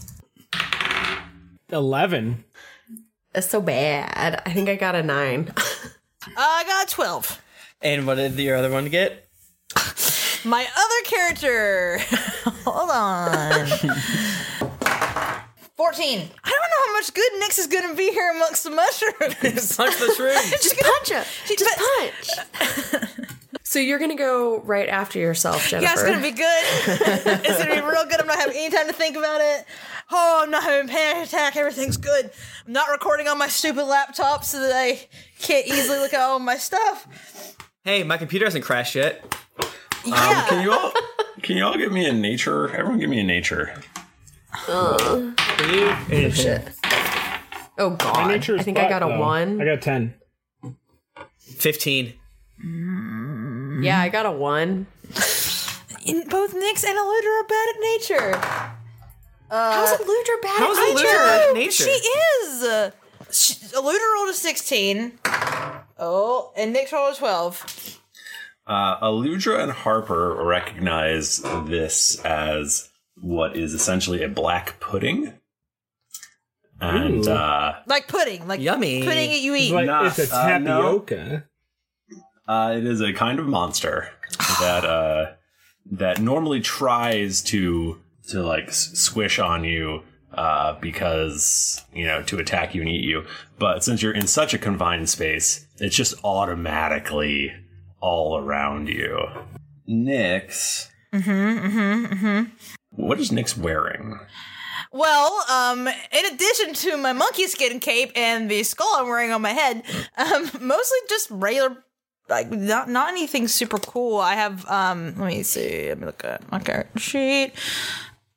S5: Eleven.
S3: That's so bad. I think I got a nine.
S4: I got twelve.
S2: <laughs> And what did your other one get?
S4: My other character. <laughs> Hold
S3: <laughs>
S4: on. Fourteen. I don't know how much good Nyx is going to be here amongst the mushrooms.
S2: punch the
S4: <laughs>
S2: shrooms.
S4: Just
S3: punch him. Just punch. So you're gonna go right after yourself, Jennifer.
S4: Yeah, it's gonna be
S3: <laughs>
S4: good. it's gonna be real good. I'm not having any time to think about it. Oh, I'm not having a panic attack. Everything's good. I'm not recording on my stupid laptop so that I can't easily look at all my stuff.
S2: Hey, my computer hasn't crashed yet.
S1: Um,
S4: Ah.
S1: can you
S4: <laughs>
S1: all can you all give me a nature? Everyone, give me a nature.
S3: Ugh. Oh, shit. Oh god.
S5: My nature is
S3: I think I
S5: butt,
S3: got a
S5: though.
S3: one.
S5: I got a ten.
S2: Fifteen.
S3: Yeah, I got a one.
S4: In both Nyx and Eludra are bad at nature. Uh,
S3: How's Eludra bad
S2: How's at Eludra nature? bad at nature?
S4: She is. She, Eludra rolled a 16. Oh, and Nyx rolled a 12.
S1: Uh, Aludra and Harper recognize this as what is essentially a black pudding. And
S5: Ooh.
S1: uh,
S4: Like pudding. Like Pudding that you eat.
S5: It's a
S1: uh, no.
S5: tapioca.
S1: uh, it is a kind of monster that uh, that normally tries to to like s- swish on you uh, because you know to attack you and eat you. But since you're in such a confined space, it's just automatically all around you. Nyx,
S4: Mm-hmm, mm-hmm, mm-hmm.
S1: what is Nyx wearing?
S4: Well, um, in addition to my monkey skin cape and the skull I'm wearing on my head, <laughs> um, mostly just regular, like not not anything super cool. I have um, let me see, let me look at my character sheet.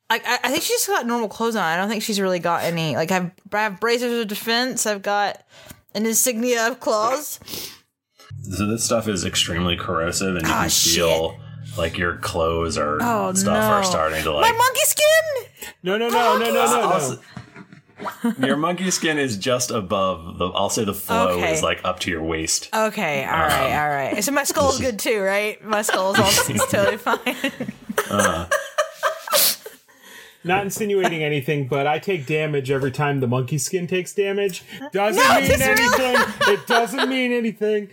S4: Like I, I think she's just got normal clothes on. I don't think she's really got any. Like I've I have bracers of defense. I've got an insignia of claws.
S1: So this stuff is extremely corrosive, and you can feel like your clothes are
S4: Ah, Oh,
S1: stuff
S4: no.
S1: are starting to
S4: my
S1: like.
S4: monkey skin.
S5: No, no, no, no, no,
S3: <gasps>
S5: no, no.
S1: Also- <laughs> your monkey skin is just above the. I'll say the flow
S4: Okay. Oh.
S1: is like up to your waist.
S4: Okay,
S1: Um,
S4: all right, all right. So
S1: <laughs>
S4: my skull's good too, right? My skull's all it's totally fine.
S1: Uh,
S5: Not insinuating anything, but I take damage every time the monkey skin takes damage. Doesn't
S4: No,
S5: mean
S4: it's real.
S5: anything. it doesn't mean anything.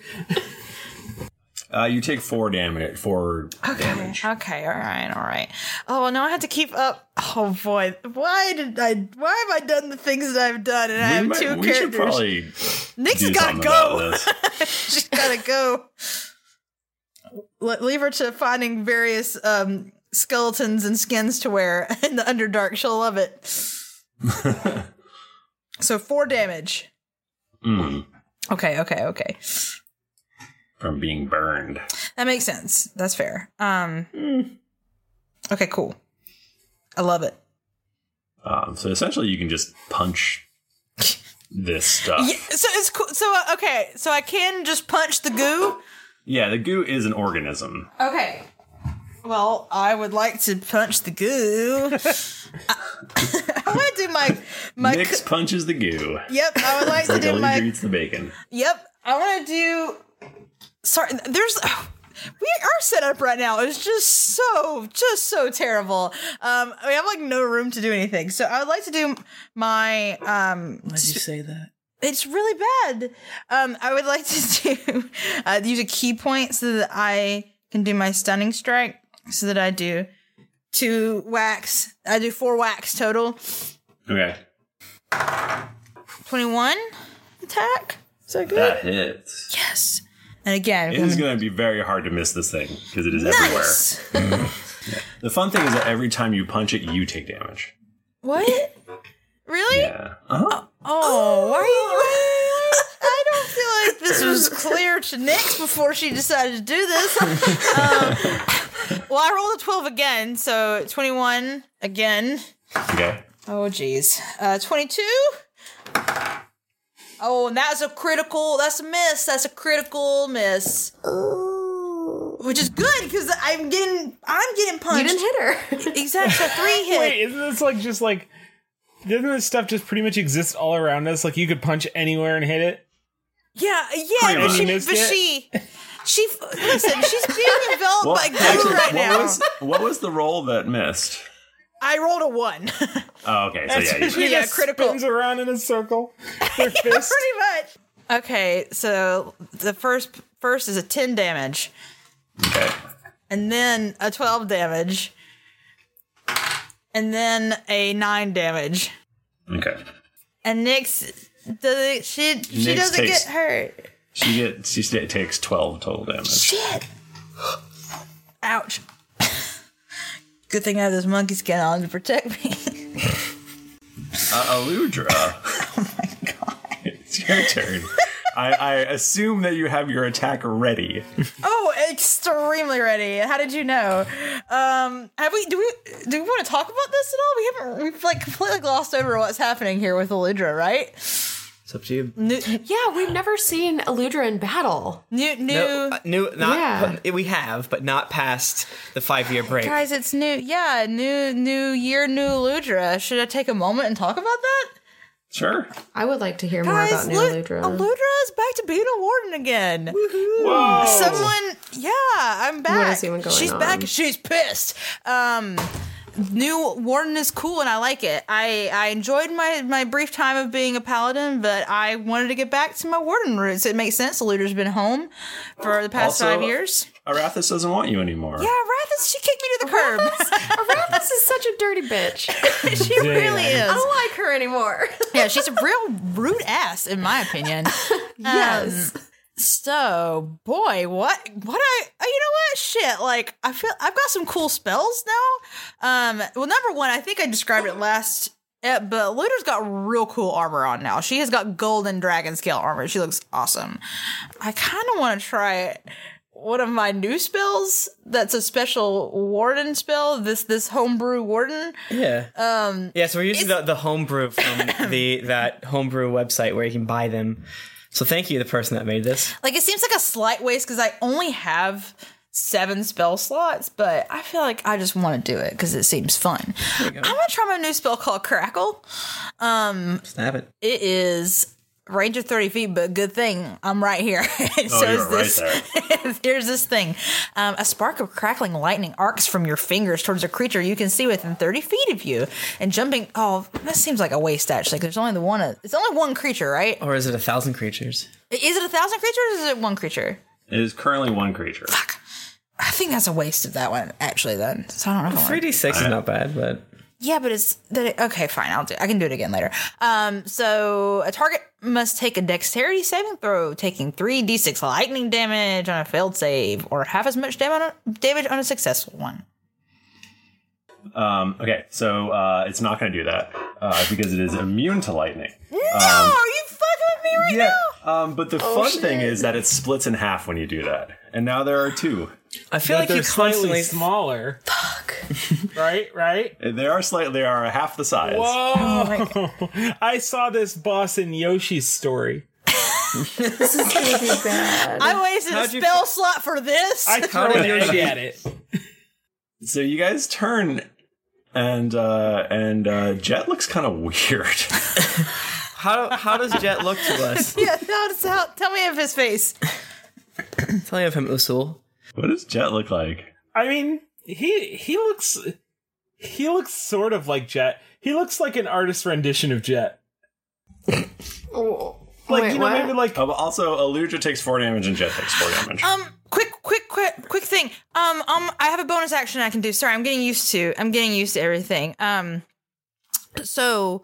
S1: uh, you take four damage. Four damage.
S4: Okay, all right, all right. Oh well, now I have to keep up. Oh boy, why did I? Why have I done the things that I've done? And I have
S1: might-
S4: two
S1: we should
S4: characters. <laughs>
S1: probably.
S4: Nyx has
S1: do
S4: gotta
S1: something about
S4: go.
S1: this.
S4: She's gotta go. Le- leave her to finding various um, skeletons and skins to wear <laughs> in the Underdark. She'll love it. so four damage.
S1: Mm,
S4: Okay, okay, okay.
S1: from being burned.
S4: That makes sense. That's fair. Um,
S1: Hmm.
S4: Okay, cool. I love it.
S1: Um, so essentially, you can just punch this stuff. <laughs>
S4: Yeah, so it's cool. So uh, okay, so I can just punch the goo.
S1: Yeah, the goo is an organism.
S4: Okay. Well, I would like to punch the goo. I, <laughs> I want to do my my.
S1: Nix punches the goo.
S4: Yep, I would like
S1: It's
S4: to
S1: like
S4: do
S1: a leader
S4: my.
S1: eats the bacon.
S4: Yep, I want to do. Sorry, there's. We our setup right now is just so just so terrible. Um, we have like no room to do anything. So I would like to do my um.
S12: Why'd you say that?
S4: It's really bad. Um, I would like to <laughs> do uh, use a key point so that I can do my stunning strike. So that I do two whacks. I do four whacks total.
S1: Okay.
S4: Twenty one attack. Is that good?
S1: That hits.
S4: Yes. And again,
S1: It is going to be very hard to miss this thing because it is
S4: Nice.
S1: everywhere. <laughs> Yeah. the fun thing is that every time you punch it, you take damage.
S4: what? Really?
S1: Uh-huh.
S4: Oh, why are you? I don't feel like this was clear to Nyx before she decided to do this. um, well, I rolled a 12 again, so 21 again.
S1: Okay.
S4: Oh, jeez. Uh, 22. Oh, and that's a critical. That's a miss. That's a critical miss. Which is good because I'm getting, I'm getting punched.
S3: didn't
S4: hit her. exactly. So three
S5: <laughs>
S4: hit.
S5: Wait, isn't this like just like? Doesn't this stuff just pretty much exist all around us? Like you could punch anywhere and hit it.
S4: Yeah, uh, yeah,
S5: Pretty
S4: but
S5: much.
S4: she,
S5: You missed
S4: but
S5: it?
S4: she, she, listen, she's
S5: <laughs>
S4: being enveloped
S1: Well,
S4: by goo
S1: actually,
S4: Oh
S1: <laughs>
S4: right
S1: what,
S4: now.
S1: Was, what was the roll that missed?
S4: I rolled a one.
S1: Oh, okay. So yeah, you
S5: That's
S4: <laughs>
S5: what <laughs> she
S1: missed.
S4: yeah,
S5: just
S4: critical.
S5: spins around in a
S4: <laughs>
S5: circle. Their
S4: Yeah,
S5: fist.
S4: pretty much. Okay, so the first first is a ten damage, and then a twelve damage, and then a nine damage.
S1: Okay.
S4: And Nyx doesn't. She she
S1: Nyx
S4: doesn't
S1: takes-
S4: get hurt.
S1: She gets she sta- takes twelve total damage.
S4: Shit. Ouch. Good thing I have this monkey skin on to protect me. <laughs>
S1: Uh, Aludra. oh my god! It's your turn. I, I assume that you have your attack ready.
S4: Oh, extremely ready. How did you know? Um, have we? Do we? Do we want to talk about this at all? We haven't. We've like completely glossed over what's happening here with Aludra, right?
S2: It's up to you.
S3: yeah, we've never seen Eludra in battle.
S4: New, new,
S2: No, uh, new,
S4: Yeah.
S2: not we have, but not past the five-year break.
S4: guys. It's new. Yeah, new, new year, new Aludra. Should I take a moment and talk about that?
S1: Sure.
S3: I would like to hear
S4: Guys,
S3: more about
S4: Lu-
S3: Eludra.
S4: Aludra is back to being a warden again.
S3: Whoa.
S4: Someone, yeah, I'm back.
S3: is even going
S4: she's
S3: on?
S4: back. She's pissed. Um, new warden is cool, and I like it. I I enjoyed my my brief time of being a paladin, but I wanted to get back to my warden roots. It makes sense. Aludra's been home for the past
S1: Also,
S4: five years.
S1: Arathis doesn't want you anymore.
S4: Yeah, Arathis, she kicked me to the curb.
S3: Arathis is such a dirty
S4: <laughs>
S3: bitch.
S4: she really is. <laughs>
S3: I don't like her anymore.
S4: yeah, she's
S3: <laughs>
S4: a real rude ass, in my opinion.
S3: Yes.
S4: Um, so, boy, what? What I? oh, You know what? Shit. Like, I feel I've got some cool spells now. Um. Well, number one, I think I described it last. eh, but Luder's got real cool armor on now. She has got golden dragon scale armor. She looks awesome. I kind of want to try one of my new spells. That's a special warden spell. This this homebrew warden.
S2: Yeah.
S4: Um.
S2: Yeah, so we're using the, the homebrew
S3: <laughs>
S2: from the that homebrew website where you can buy them. So thank you, the person that made this.
S4: Like it seems like a slight waste because I only have seven spell slots, but I feel like I just want to do it because it seems fun. I'm gonna try my new spell called Crackle. Um,
S2: Snap it.
S4: it is range of 30 feet, but good thing I'm right here. <laughs>
S2: Oh,
S4: so
S2: you
S4: is
S2: were right
S4: this. <laughs> There's this thing. Um, a spark of crackling lightning arcs from your fingers towards a creature you can see within 30 feet of you. And jumping. Oh, that seems like a waste, actually. 'cause There's only the one. It's only one creature, right?
S2: Or is it a thousand creatures?
S4: Is it a thousand creatures or is it one creature?
S1: It is currently one creature.
S4: I think that's a waste of that one, actually, then. So I don't know. if I want-
S2: Three d six is not bad, but
S4: Yeah, but it's that okay, fine, I'll do I can do it again later. Um so a target must take a dexterity saving throw, taking three D six lightning damage on a failed save, or half as much damage on a, damage on a successful one.
S1: Um, okay, so uh, it's not going to do that uh, because it is immune to lightning.
S4: No,
S1: Um,
S4: are you fucking with me right
S1: yeah, um, but the
S4: Oh,
S1: fun thing
S4: shit.
S1: is that it splits in half when you do that, and now there are two.
S2: I feel
S5: But like you they're slightly constantly- smaller. <laughs> right, right.
S1: They are slightly. They are half the size.
S5: Whoa!
S4: Oh
S5: <laughs> I saw this boss in Yoshi's story.
S4: <laughs> this is gonna be bad. I wasted
S5: How'd
S4: a
S5: you-
S4: spell slot for this.
S5: I threw
S4: <laughs>
S5: an egg at it.
S1: So you guys turn, and uh, and uh, Jet looks kind of weird.
S2: How how does Jet <laughs> look to us?
S4: <laughs> yeah, tell, tell, tell me of his face.
S2: Tell me of him, Usul.
S1: What does Jet look like?
S5: I mean, he he looks he looks sort of like Jet. He looks like an artist rendition of Jet.
S1: Like
S4: Oh, Wait,
S1: you know,
S4: what?
S1: maybe like. Oh, also, Aludra takes four damage and Jet takes four
S2: <laughs>
S1: damage.
S4: Um, quick, quick, quick, quick thing. Um, um, I have a bonus action I can do. Sorry, I'm getting used to. I'm getting used to everything. Um, so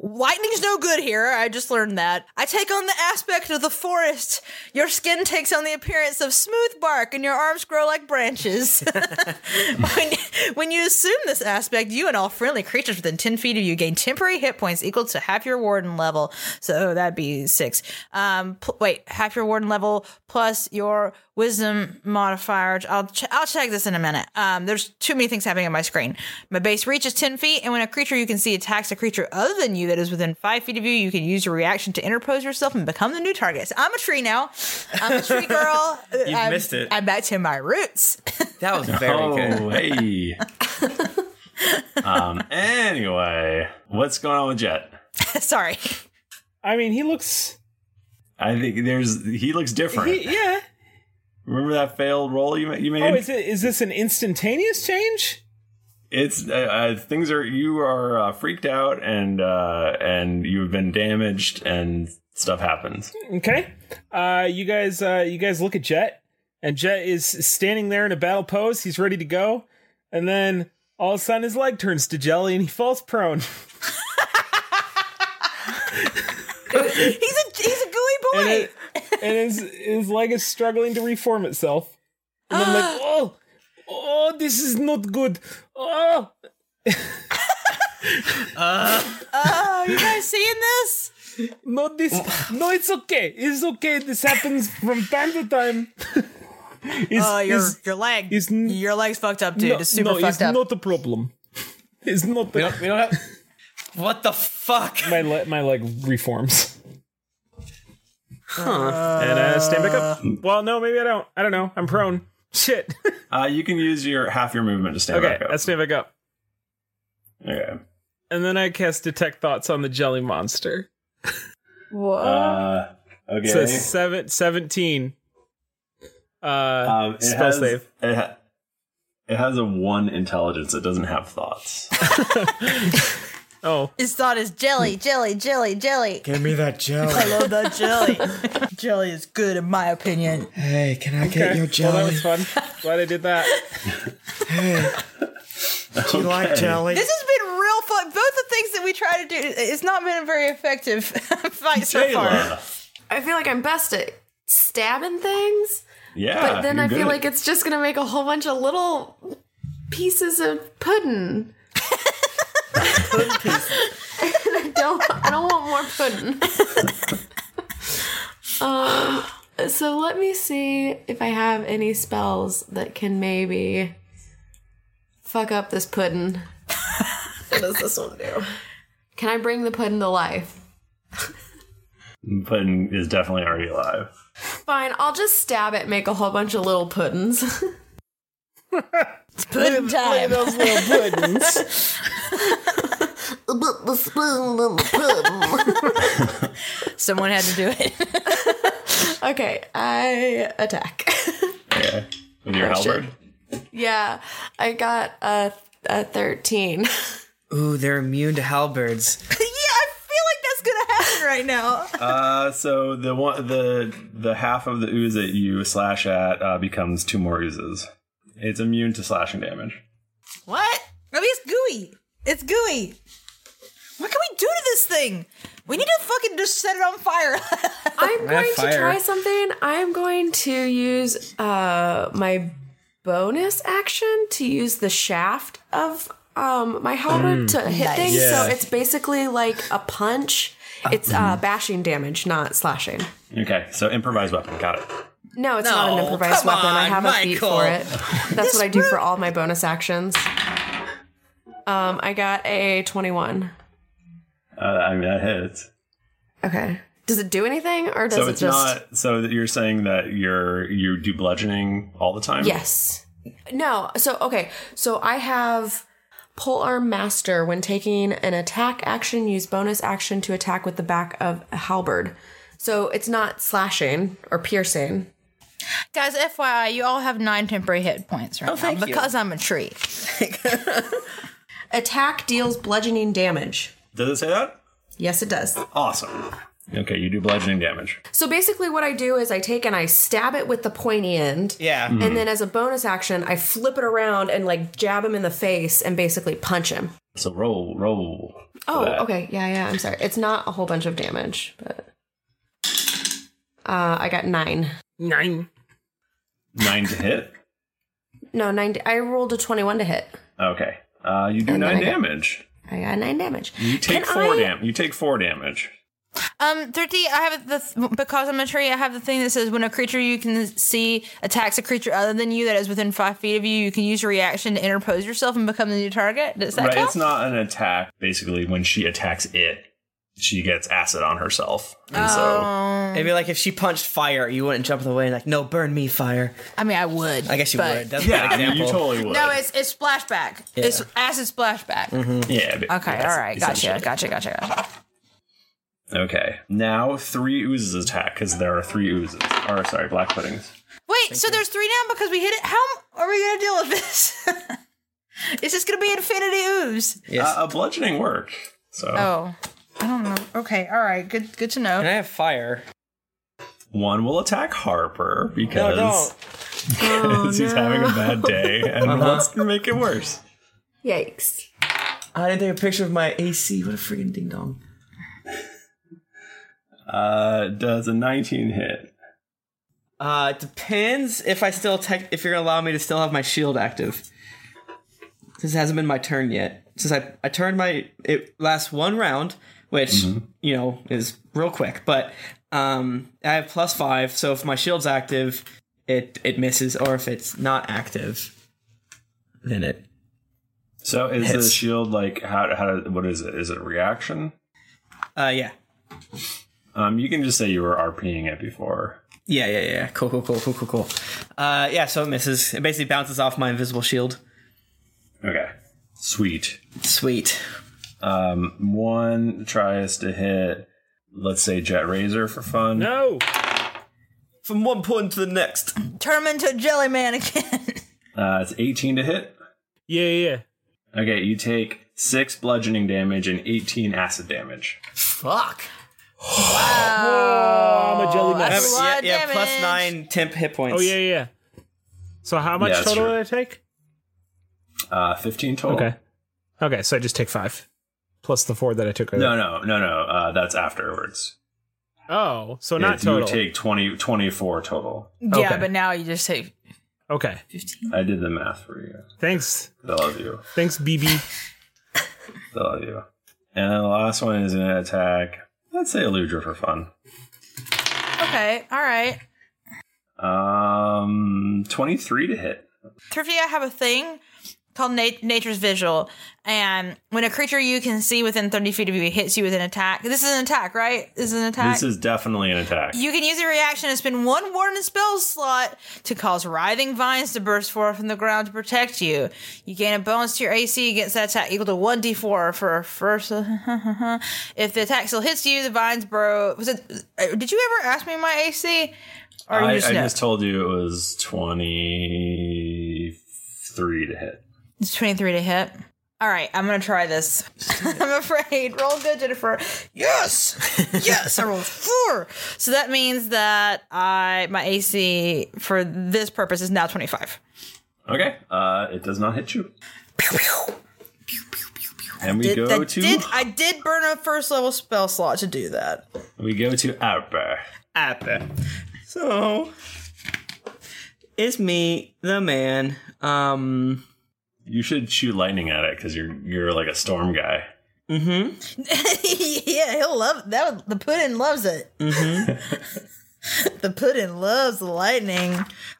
S4: lightning's no good here. I just learned that. I take on the aspect of the forest. Your skin takes on the appearance of smooth bark, and your arms grow like branches. <laughs> when, when you assume this aspect, you and all friendly creatures within ten feet of you gain temporary hit points equal to half your warden level. So that'd be six. Um, pl- wait, half your warden level plus your wisdom modifier. which I'll ch- I'll check this in a minute. Um, there's too many things happening on my screen. My base reach is ten feet, and when a creature you can see attacks a creature other than you that is within five feet of you, you can use your reaction to interpose yourself and become the new target. So I'm a tree now. I'm
S2: <laughs>
S4: a tree girl.
S2: You've
S4: I'm-
S2: missed it.
S4: I'm back to my roots.
S2: That
S4: <laughs>
S2: was very
S1: oh,
S2: good. <laughs>
S1: hey. um. Anyway, what's going on with Jet?
S4: <laughs> Sorry.
S5: I mean, he looks.
S1: I think there's. He looks different.
S5: He, yeah.
S1: Remember that failed roll you ma- you made?
S5: Oh, is it is this an instantaneous change?
S1: It's uh, uh, things are you are uh, freaked out and uh, and you've been damaged and stuff happens.
S5: Okay. Uh, you guys, uh, you guys look at Jet, and Jet is standing there in a battle pose. He's ready to go, and then all of a sudden his leg turns to jelly, and he falls prone.
S4: <laughs> he's a he's a gooey
S5: boy, and, it- and his his leg is struggling to reform itself. And I'm
S4: Ah.
S5: like, oh, oh, this is not good. Oh,
S4: oh, you guys seeing this?
S5: No, this. No, it's okay. It's okay. This happens from time to
S4: <laughs>
S5: time. It's-
S4: oh, your
S5: it's-
S4: your leg, your leg's fucked up, dude.
S5: no,
S4: it's super
S5: no,
S4: fucked
S5: it's
S4: up.
S5: not a problem. It's not. The, we don't, have.
S2: What the fuck?
S5: My le- my leg reforms.
S2: Huh.
S5: and uh, stand back up. Well, no, maybe I don't. I don't know. I'm prone. Shit.
S1: Uh, you can use your half your movement to stand
S5: okay,
S1: back up.
S5: I stand back up,
S1: Okay.
S5: and then I cast detect thoughts on the jelly monster.
S3: What?
S1: Uh, okay.
S5: So seven, 17. Uh,
S1: Um, it
S5: spell
S1: has-
S5: save.
S1: It, ha- it has a one intelligence. It doesn't have thoughts.
S5: Oh,
S4: <laughs> his thought is jelly, jelly, jelly, jelly.
S12: Give me that
S5: Oh.
S4: I
S3: <laughs>
S12: jelly.
S4: love that
S5: <laughs>
S4: jelly. jelly is good, in my opinion.
S12: hey, can I get your
S5: Well, that
S12: jelly?
S5: was fun. Glad I
S1: <laughs>
S5: did that.
S12: hey. Do you like jelly?
S4: This has been real fun. Both the things that we try to do, it's not been a very effective <laughs> fight so far.
S3: I feel like I'm best at stabbing things.
S1: Yeah,
S3: But then
S1: you're
S3: I
S1: good.
S3: feel like it's just going to make a whole bunch of little pieces of pudding. <laughs> I don't I don't want more pudding. <laughs> um so let me see if I have any spells that can maybe fuck up this pudding. <laughs> what does this one do? Can I bring the pudding to life?
S1: Puddin is definitely already alive.
S3: Fine, I'll just stab it, make a whole bunch of little
S5: <laughs>
S3: puddings. it's
S4: pudding time.
S5: those
S4: <laughs>
S5: little puddings.
S4: the spoon of Someone had to do it. <laughs>
S3: okay, I attack.
S1: Okay. With your
S3: Oh, shit.
S1: halberd.
S3: yeah, I got a, a
S4: <laughs>
S3: 13.
S2: Ooh, they're immune to halberds.
S4: That's gonna happen right now.
S1: uh, so the one the the half of the ooze that you slash at uh, becomes two more oozes. It's immune to slashing damage.
S4: What? Maybe it's gooey.
S13: It's gooey. What can we do to this thing? We need to fucking just set it on fire. <laughs>
S3: I'm going to try something. I'm going to use uh, my bonus action to use the shaft of um, my
S4: Mm.
S3: halberd to hit
S4: Nice.
S3: things.
S4: Yeah.
S3: So it's basically like a punch.
S5: <clears throat>
S3: It's uh, bashing damage, not slashing.
S1: Okay, so improvised weapon. Got it.
S3: No, it's not an
S1: No,
S3: improvised
S1: come
S3: weapon. I
S1: on,
S3: have a beat
S1: Michael.
S3: for it.
S1: <laughs>
S3: That's what I do for all my bonus actions. Um, I got a 21.
S1: Uh, I mean, that hits.
S3: Okay. Does it do anything or does
S1: so
S3: it
S1: it's
S3: just.
S1: not. So that you're saying that you're you do bludgeoning all the time.
S3: Yes. No. So okay. So I have pole arm master when taking an attack action. Use bonus action to attack with the back of a halberd. So it's not slashing or piercing.
S4: Guys, FYI, you all have nine temporary hit points
S13: Oh,
S4: right now
S3: thank you.
S4: because I'm a tree.
S3: Attack deals bludgeoning damage.
S1: Does it say that?
S3: Yes, it does.
S1: Awesome. Okay, you do bludgeoning damage.
S3: So basically, what I do is I take and I stab it with the pointy end.
S1: Yeah. Mhm.
S3: And then as a bonus action, I flip it around and like jab him in the face and basically punch him.
S1: So roll, roll. for
S3: Oh,
S1: that.
S3: okay. Yeah, yeah. I'm sorry. It's not a whole bunch of damage, but uh, I got nine. Nine.
S1: Nine to hit.
S3: No, nine. I rolled a twenty-one to hit.
S1: Okay. Uh, you do
S3: And then
S1: nine
S3: Oh, I get-
S1: damage.
S3: I got nine damage.
S1: You take
S4: Can
S1: four
S4: I-
S1: damage. You take four damage.
S4: Um, thirty. I have the th- because I'm a tree. I have the thing that says when a creature you can see attacks a creature other than you that is within five feet of you, you can use your reaction to interpose yourself and become the new target. Does that
S1: right,
S4: count?
S1: it's not an attack. Basically, when she attacks it, she gets acid on herself. And
S4: Um,
S2: It'd be like if she punched fire, you wouldn't jump in the way and like, no, burn me, fire.
S4: I mean, I would.
S2: I guess you
S4: but-
S2: would. That's
S1: Yeah,
S2: a
S1: I
S2: good
S1: mean,
S2: example.
S1: you totally would.
S4: No, it's it's splashback.
S2: Yeah.
S4: It's acid splashback.
S1: Mhm. Yeah, but-
S4: Okay.
S1: yes,
S4: All right. Gotcha.
S1: essentially.
S4: Gotcha. Gotcha. Gotcha.
S1: so. Okay. Now three oozes attack because there are three oozes. Or sorry, black puddings.
S4: Wait. so there's three now because we hit it. How m- are we gonna deal with this? <laughs> is this gonna be infinity ooze?
S1: Uh, a bludgeoning work. So
S4: Oh. I don't know. Okay. All right. Good. Good to know.
S2: And I have fire.
S1: one will attack Harper
S2: No,
S1: because
S2: don't.
S1: <laughs>
S2: Oh,
S1: because he's having a bad day and
S2: Uh-huh.
S1: wants to make it worse.
S3: Yikes.
S2: I didn't take a picture of my AC. What a freaking ding dong.
S1: Uh, does a 19 hit?
S2: Uh, it depends if I still tech if you're gonna allow me to still have my shield active. This hasn't been my turn yet. Since I I turned my it lasts one round, which you know is real quick. But um, I have plus five, so if my shield's active, it it misses, or if it's not active, then it.
S1: So is the
S2: Hits.
S1: shield like how how what is it? Is it a reaction?
S2: Uh, yeah,
S1: Um, you can just say you were RPing it before.
S2: yeah, yeah, yeah. Cool, cool, cool, cool, cool, cool. Uh, yeah. So it misses. It basically bounces off my invisible shield.
S1: Okay. Sweet.
S2: Sweet.
S1: Um, one tries to hit, let's say Jet Razor for fun.
S2: No. From one point to the next.
S4: Turn him into a jelly man again. <laughs>
S1: Uh, it's 18 to hit.
S5: Yeah, yeah.
S1: Okay, you take six bludgeoning damage and 18 acid damage.
S2: Fuck.
S5: Wow. Oh, I'm a jelly man.
S2: Oh, That's a lot of Yeah, yeah, plus damage. nine temp hit points.
S5: Oh yeah, yeah. So how much
S1: Yeah, that's
S5: total
S1: true.
S5: did I take?
S1: Uh, 15 total.
S5: Okay. Okay, so I just take five plus the four that I took.
S1: No, no, no, no. Uh, that's afterwards.
S5: Oh, so
S1: Yeah,
S5: not total.
S1: You take 20, 24 total.
S4: Yeah, but now you just say
S5: Okay.
S1: I did the math for you.
S5: Thanks.
S1: I love you.
S5: Thanks, BB.
S1: <laughs> I love you. And then the last one is an attack. Let's say Eludra for fun.
S4: okay. All right.
S1: Um, 23 to hit.
S4: Thrifty, I have a thing called nat- Nature's Visual, and when a creature you can see within 30 feet of you hits you with an attack, this is an attack, right? This is an attack.
S1: This is definitely an attack.
S4: you can use a reaction to spend one warden spell slot to cause writhing vines to burst forth from the ground to protect you. You gain a bonus to your AC against that attack equal to 1d4 for first. <laughs> if the attack still hits you, the vines bro. Was it? uh, Did you ever ask me my AC? Or you
S1: I,
S4: just
S1: I
S4: know?
S1: just told you it was 23 to hit.
S4: It's 23 to hit. All right, I'm going to try this. <laughs> I'm afraid. Roll good, Jennifer. Yes! Yes, I
S1: <laughs>
S4: rolled four. So that means that I my AC for this purpose is now 25.
S1: Okay. Uh, it does not hit you. And we
S4: Did-
S1: go
S4: that
S1: to <laughs>
S4: did- I did burn a first level spell slot to do that. <laughs>
S1: we go to Upper.
S2: Upper. Ah, So it's me, the man. Um
S1: You should shoot lightning at it because you're you're like a storm guy.
S2: Mm-hmm.
S4: yeah, he'll love that. would- The puddin loves it. <laughs>
S2: Mm-hmm.
S4: The puddin loves the lightning.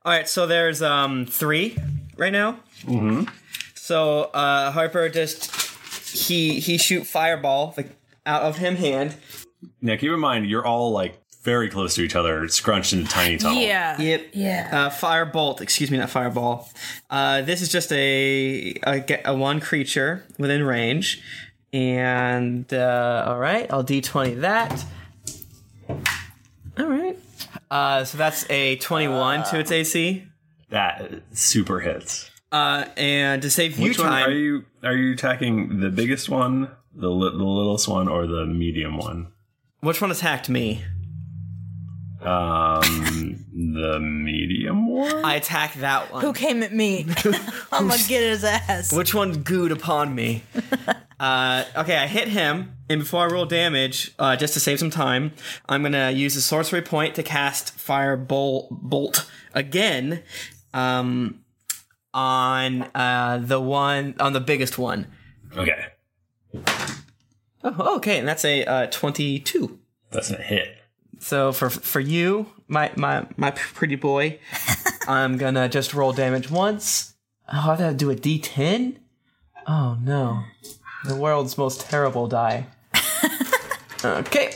S2: Alright, so there's um three right now.
S1: Mm-hmm.
S2: So uh Harper just he he shoot fireball like out of him hand.
S1: Now keep in mind you're all like very close to each other, scrunched in a tiny tunnel.
S2: Yep.
S4: Yeah.
S2: Uh, firebolt. Excuse me, not fireball. Uh, this is just a, a ge- a one creature within range, and uh, all right, I'll d20 that. All right. Uh, so that's a 21 to its AC.
S1: That super hits.
S2: Uh, and to save you
S1: Which one
S2: time,
S1: are you are you attacking? The biggest one, the li- the littlest one, or the medium one?
S2: which one attacked me?
S1: Um, the medium one.
S2: I attack that one.
S4: Who came at
S1: <laughs>
S4: <laughs> me? I'm gonna get his ass.
S2: Which one gooed upon me? uh, okay, I hit him, and before I roll damage, uh, just to save some time, I'm gonna use a sorcery point to cast Fire Bolt, bolt again um, on uh, the one on the biggest one.
S1: Okay,
S2: Oh, okay, and that's a uh, twenty-two.
S1: that's a hit.
S2: So for for you, my my my pretty <laughs> boy, I'm gonna just roll damage once. Oh, I gotta do a D10. Oh no, the world's most terrible die. okay,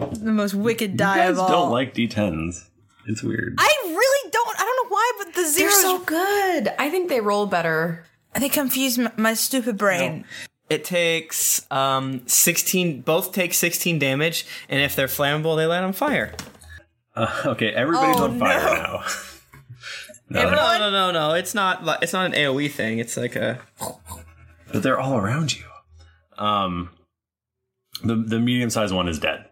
S4: The most wicked
S1: You
S4: die
S1: guys
S4: of all.
S1: don't like d10s. It's weird.
S4: I really don't. I don't know why, but the
S3: They're
S4: zeros.
S3: so good. I think they roll better.
S4: They confuse my, my stupid brain.
S2: it takes um 16. Both take 16 damage, and if they're flammable, they light on fire.
S1: Uh, okay, everybody's
S2: Oh,
S1: on fire
S2: no.
S1: now.
S2: No, no, no, no, no. It's not. li- It's not an AOE thing. It's like a.
S1: but they're all around you. Um, the the medium sized one is dead,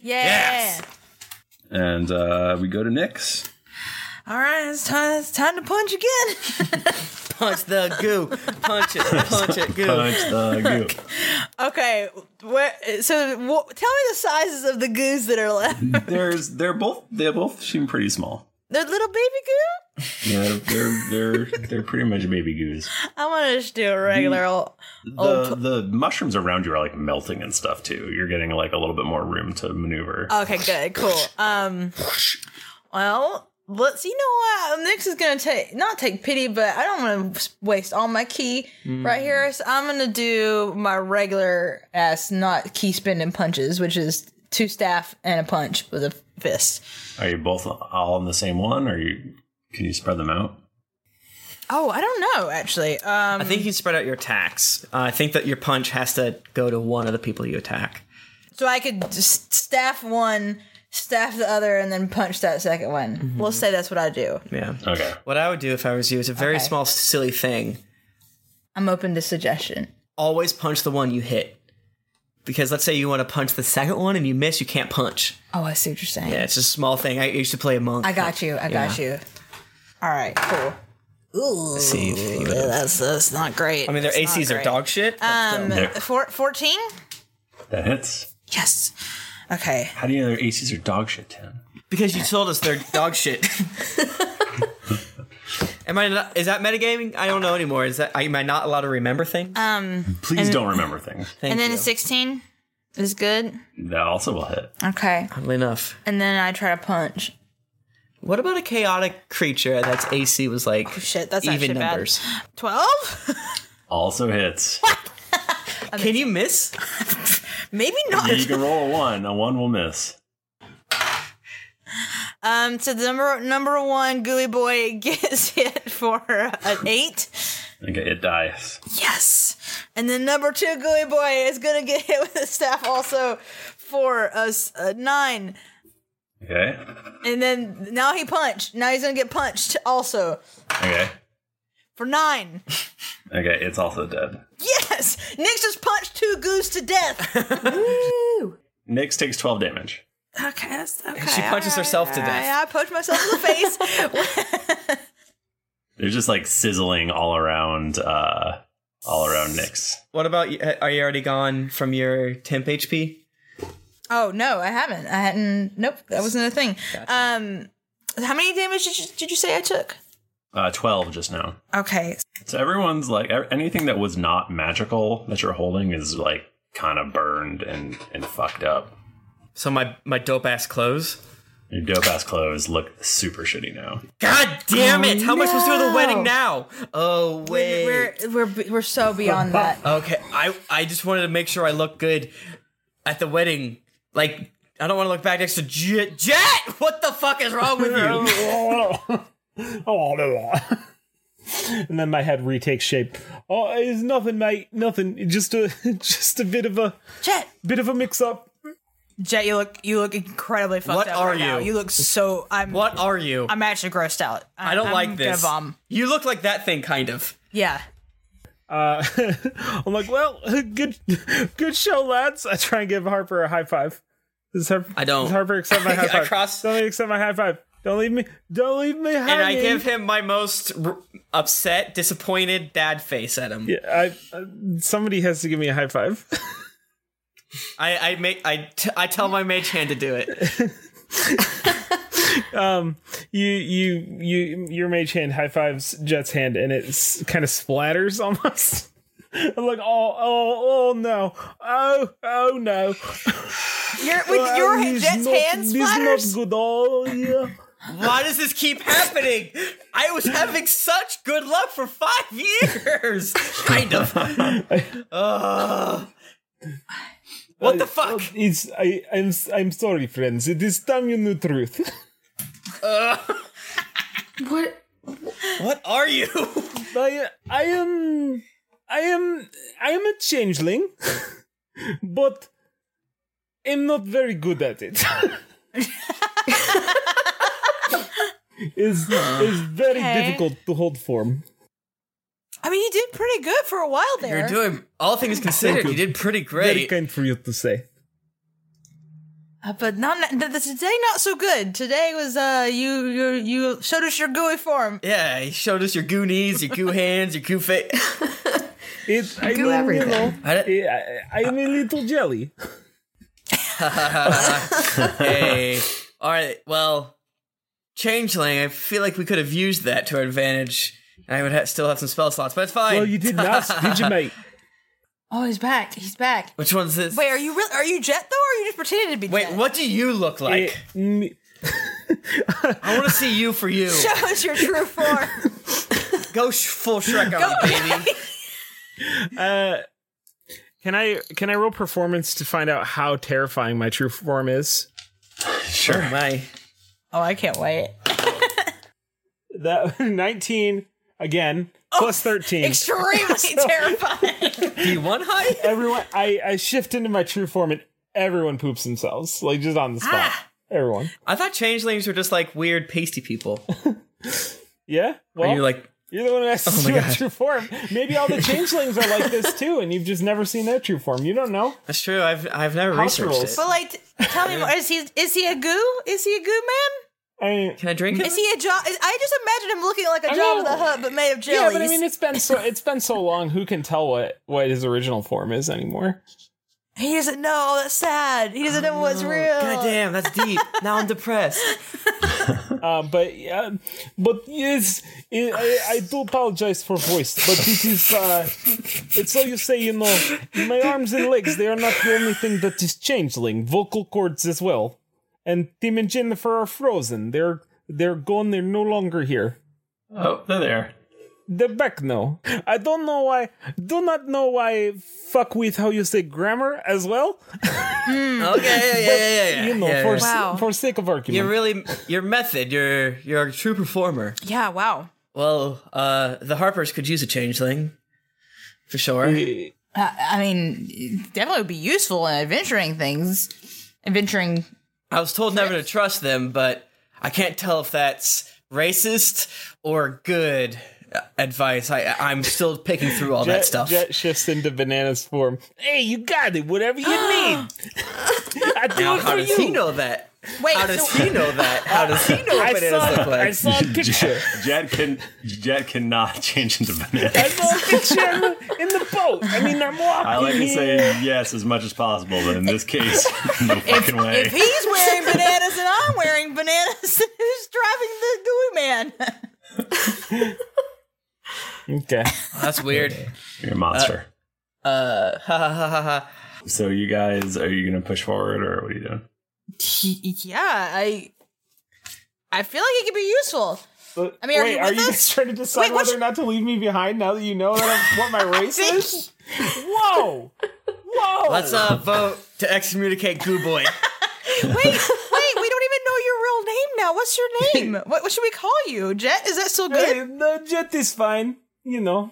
S4: Yes.
S1: and uh, we go to Nyx.
S4: All right, it's time. It's time to punch again.
S2: <laughs>
S4: <laughs>
S2: punch the goo. Punch it. Punch it. Goo.
S1: Punch
S2: <laughs>
S1: the goo.
S4: okay. Where, so, wh- tell me the sizes of the goos that are left.
S1: There's they're both they both seem pretty small.
S4: They're little baby goo.
S1: Yeah, they're they're they're pretty much baby goos.
S4: I want to just do a regular old. old
S1: The the mushrooms around you are like melting and stuff too. You're getting like a little bit more room to maneuver.
S4: Okay, good, cool. Um, well, let's. You know what? Nyx is gonna take not take pity, but I don't want to waste all my key
S3: Mm.
S4: right here. So I'm gonna do my regular ass, not key spending punches, which is two staff and a punch with a fist.
S1: Are you both all on the same one, or you can you spread them out?
S4: Oh, I don't know actually. Um,
S2: I think you spread out your attacks. Uh, I think that your punch has to go to one of the people you attack.
S4: so. I could just staff one, staff the other, and then punch that second one.
S2: Mm-hmm.
S4: We'll say that's what I do.
S2: Yeah.
S1: Okay.
S2: What I would do if I was you is a very
S4: Okay.
S2: small, silly thing.
S4: I'm open to suggestion.
S2: Always punch the one you hit. Because let's say you want to punch the second one and you miss, you can't punch.
S4: Oh, I see what you're saying.
S2: Yeah, it's just a small thing. I used to play a monk.
S4: I got you. I got
S2: Yeah.
S4: you. All right, cool. Ooh,
S2: See if you live.
S4: that's that's not great.
S2: I mean, their
S4: That's not
S2: ACs are
S4: great.
S2: dog shit.
S4: Um,
S1: No.
S4: four, 14?
S1: That hits.
S4: Yes. Okay.
S1: How do you know their ACs are dog shit, Tim?
S2: Because you told us they're dog shit. <laughs> Am I not, is that metagaming? I don't know anymore. Is that am I not allowed to remember things?
S4: Um,
S1: Please
S4: and-
S1: don't remember things.
S4: and then a sixteen is good.
S1: That also will hit.
S4: Okay.
S2: Oddly enough.
S4: And then I try to punch.
S2: What about a chaotic creature that's AC was like
S4: Oh, shit, that's
S2: even
S4: actually bad.
S2: numbers?
S4: Twelve?
S1: Also hits.
S2: <laughs> Can you miss?
S4: <laughs> Maybe not.
S1: you can roll a one. A one will miss.
S4: Um, so the number number one gooey boy <laughs> gets hit for an eight.
S1: Okay, it dies.
S4: Yes. And then number two, Gooey Boy, is going to get hit with a staff also for a, s- a nine.
S1: Okay.
S4: And then now he punched. Now he's going to get punched also
S1: Okay.
S4: for nine.
S1: Okay, it's also dead.
S4: Yes. Nick's just punched two goose to death.
S1: Nyx takes 12 damage.
S4: <laughs> Okay, that's okay.
S2: She punches herself to death.
S4: I, I punched myself in the face.
S2: <laughs>
S1: There's just like sizzling all around uh all around Nyx.
S2: What about you? Are you already gone from your temp HP?
S4: Oh no, I haven't. I hadn't. Nope, that wasn't a thing. Um, how many damage did you, did you say I took?
S1: Uh, 12 just now.
S4: Okay,
S1: So everyone's like, er- anything that was not magical that you're holding is like kind of burned and, and fucked up.
S2: So my, my dope ass clothes?
S1: Your dope ass clothes look super shitty now.
S2: God damn it! How much was through the
S4: Oh, no.
S2: wedding now? Oh wait.
S4: we're we're we're
S2: <laughs>
S4: so beyond that.
S2: Okay, I I just wanted to make sure I looked good at the wedding. Like I don't want to look back next to Jet. Jet, what the fuck is wrong with you?
S5: <laughs> oh, no. <laughs> and then my head retakes shape. Oh, it's nothing, mate. Nothing. Just a <laughs> just a bit of a
S4: Jet.
S5: Bit of a mix up.
S4: Jet, you look you look incredibly <laughs> fucked
S2: What
S4: up.
S2: are
S4: right Now.
S2: you?
S4: You look so. I'm.
S2: What are you?
S4: I'm actually grossed out.
S2: I don't
S4: I'm
S2: like this.
S4: Gonna bomb.
S2: You look like that thing, kind of.
S4: Yeah.
S5: Uh, <laughs> I'm like, well, <laughs> good good show, lads. I try and give Harper a high five. Does Harper,
S2: I don't.
S5: Does Harper accept
S2: <laughs>
S5: my high
S2: I
S5: five?
S2: cross-
S5: Don't accept my high five. Don't leave me. Don't leave me hanging.
S2: And I give him my most r- upset, disappointed dad face at him.
S5: Yeah, I, uh, somebody has to give me a high five.
S2: I, I make I, t- I tell my mage hand to
S5: <laughs>
S2: do it.
S5: um, you you you your mage hand high fives Jet's hand, and it kind of splatters <laughs> almost. I'm like, oh oh oh no, oh oh no.
S4: Your
S5: <laughs>
S4: with your
S5: he's
S4: Jet's
S5: not-
S4: hand
S5: he's
S4: splatters?
S5: not good. Oh yeah.
S2: Why does this keep happening? I was having such good luck for five
S5: <laughs>
S2: years. Kind of. Ugh.
S5: What the fuck? It's I. I'm. s- I'm sorry, friends. It is time you knew truth. <laughs>
S2: Ugh.
S14: What?
S2: What
S5: <laughs>
S2: are you?
S5: I. I am. I am. I am a changeling, <laughs> but I'm not very good at
S2: <laughs>
S5: it. is is very
S4: Okay.
S5: difficult to hold form.
S4: I mean, you did pretty good for a while there.
S2: You're doing all things considered. You did pretty
S5: Very
S2: great.
S5: kind for you to
S2: <laughs>
S5: say.
S4: Uh, but not th- th- today. Not so good. Today was uh, you you you showed us your gooey form.
S2: Yeah, you showed us your goo knees, your goo hands, your goo face.
S5: It's
S4: I Goo mean, you everything. know,
S5: I, I'm a little jelly.
S2: Uh, hey. All right. Well, changeling. I feel like we could have used that to our advantage. I would ha- still have some spell slots, but it's fine.
S5: Well, you didn't ask, did you, mate?
S4: Oh, he's back. He's back.
S2: <laughs> Which one's this?
S4: Wait, are you real? Are you Jet though, or are you just pretending to be? Wait, Jet?
S2: What do you look like? I want to see you for
S4: <laughs>
S2: you.
S4: Show us your true form.
S2: Go sh- full Shrek on me, baby.
S5: Uh, can I can I roll performance to find out how terrifying my true form is?
S1: Sure.
S2: Oh, my.
S4: oh I can't wait.
S5: <laughs> That <laughs> nineteen again plus thirteen.
S4: Oh,
S5: <laughs> Oh.
S4: Extremely terrifying.
S2: Do you want high?
S5: Everyone, I I shift into my true form and everyone poops themselves like just on the spot.
S4: Ah.
S5: Everyone.
S2: I thought changelings were just like weird pasty people.
S5: Yeah.
S2: Well, you're like,
S5: You're the one who has to
S2: Oh my
S5: see my
S2: God.
S5: true form. Maybe all the changelings are like this too, and you've just never seen their true form. You don't know.
S2: that's true. I've I've never
S5: House
S2: researched
S5: rules.
S4: But like, t- tell me more. Is he is he a goo? Is he a goo man?
S5: I,
S2: Can I drink
S4: Is he a job? I just imagine him looking like a
S5: I
S4: job of
S5: know.
S4: the hut, but made of
S5: Yeah,
S4: jellies.
S5: but I mean, it's been so it's been so long. Who can tell what what his original form is anymore?
S4: he doesn't know. That's sad. He doesn't know what's real.
S2: God damn, Oh, that's deep. now I'm depressed.
S5: Uh, but yeah, but yes, i I, I do apologize for voice, but it is uh, it's how you say you know my arms and legs they are not the only thing that is changeling. Vocal cords as well, and Tim and Jennifer are frozen. They're they're gone. They're no longer here.
S1: Oh, they're there.
S5: They're back now. I don't know why. Do not know why. Fuck with how you say grammar as well.
S15: Mm.
S2: Okay, yeah, yeah, yeah, yeah, yeah.
S5: You know,
S2: yeah,
S5: for
S2: yeah.
S5: s- for sake of argument,
S2: You're really your method. You're you're a true performer.
S4: Yeah. Wow.
S2: Well, uh, the Harpers could use a changeling, for sure.
S4: Uh, I mean, it definitely would be useful in adventuring things. Adventuring.
S2: I was told never to trust them, but I can't tell if that's racist or good uh, advice. I I- I'm still picking <laughs> through all that
S5: Jet-
S2: stuff.
S5: Jet shifts into banana's
S2: <gasps>
S5: form. Hey, you got it. Whatever you need, I do
S2: Now,
S5: it
S2: how
S5: for
S2: does
S5: you.
S2: he know that?
S15: Wait,
S2: How does
S15: so-
S2: he know that? How does he know
S5: I
S2: what bananas
S5: saw-
S2: look like?
S1: <laughs>
S5: I saw a picture.
S1: Jed can Jed cannot <laughs> change into
S5: I
S1: banana.
S5: saw a
S2: <laughs>
S5: picture in the boat. I mean, I'm walking.
S1: I like to
S5: here.
S1: say yes as much as possible, but in this case, <laughs> no fucking way.
S15: If he's wearing bananas and I'm wearing bananas, <laughs> who's driving the gooey man? <laughs>
S5: Okay.
S2: That's weird.
S1: You're a monster.
S2: Uh, ha ha ha ha ha.
S1: so you guys, are you going to push forward or what are you doing?
S15: yeah, I I feel like it could be useful. I mean, are
S5: Wait,
S15: you
S5: are
S15: with
S5: you
S15: us?
S5: guys trying to decide
S15: Wait, what's-
S5: whether or not to leave me behind now that you know that I'm,
S15: <laughs>
S5: what my race is? Whoa!
S15: Oh,
S5: Whoa!
S2: Let's uh, vote to excommunicate Goo
S15: <laughs>
S2: Boy.
S15: Wait, <laughs> wait, we don't even know your real name now. What's your
S5: <laughs>
S15: name? What, what should we call you? Jet? Is that still good?
S5: Hey, the jet is fine. You know.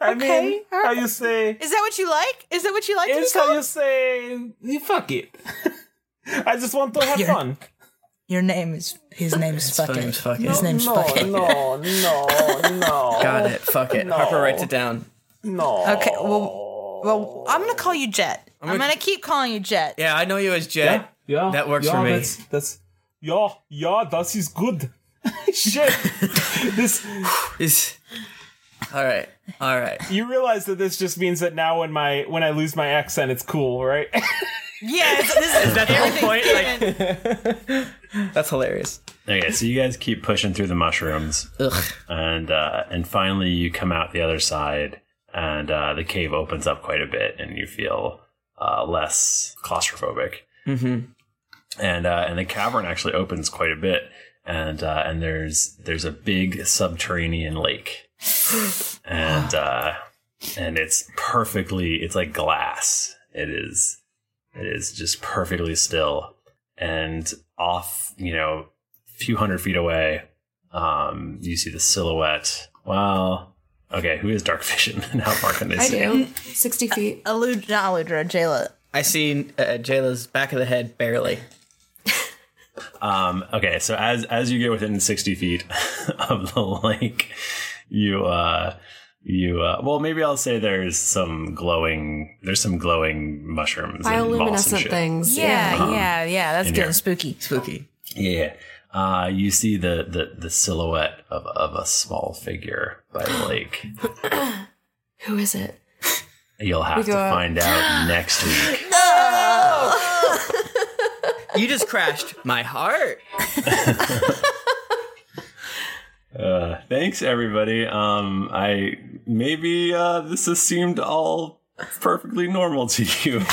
S5: I
S15: Okay,
S5: mean,
S15: all
S5: how
S15: right.
S5: you say?
S15: Is that what you like? Is that what you like to be
S5: It's how
S15: called?
S5: you say. You fuck it. <laughs> I just want to have
S15: You're-
S5: fun.
S15: Your name is his name
S2: <laughs>
S15: is fucking.
S2: name's Fuck It.
S15: His name's
S5: no,
S15: fucking. <laughs>
S5: no, no, no.
S2: Got it. Fuck it.
S5: No.
S2: Harper writes it down.
S5: No.
S15: Okay. Well, well, I'm gonna call you Jet. I'm
S2: I'm
S15: gonna,
S2: gonna-
S15: keep calling you Jet.
S2: Yeah, I know you as Jet.
S5: Yeah,
S2: that works
S5: yeah,
S2: for me.
S5: That's, that's yeah, yeah. That is <laughs> good. <laughs> Shit. this
S2: is. All right. All right.
S5: You realize that this just means that now when my when I lose my accent, it's cool, right?
S15: Yeah. This is,
S2: that the whole point? Like,
S1: That's hilarious. Okay, so you guys keep pushing through the mushrooms, and uh, and finally you come out the other side, and uh, the cave opens up quite a bit, and you feel uh, less claustrophobic,
S2: Mm-hmm.
S1: and uh, and the cavern actually opens quite a bit, and uh, and there's there's a big subterranean lake, and uh, and it's perfectly it's like glass. It is it is just perfectly still, and off you know a few hundred feet away, um, you see the silhouette. Well, okay, who is dark vision <laughs> and how far can they see?
S3: Sixty feet.
S15: Uh, Alud, not Aludra. Jayla.
S2: I see uh, Jayla's back of the head barely.
S1: Um, okay, so as as you get within sixty feet <laughs> of the lake, you uh, you uh, well, maybe I'll say there's some glowing there's some glowing mushrooms, and moss and
S3: Bioluminescent
S1: shit.
S3: things.
S15: Yeah,
S1: Um,
S15: yeah, yeah. That's
S1: in
S15: getting
S1: here.
S15: spooky.
S2: Spooky.
S1: Yeah, uh, you see the, the the silhouette of of a small figure by the lake.
S3: Who is it?
S1: You'll have
S3: We
S1: to
S3: go out.
S1: find out next week.
S2: You just crashed my heart.
S1: Uh, thanks everybody. Um, I maybe uh, this has seemed all perfectly normal to
S15: <laughs>
S1: you due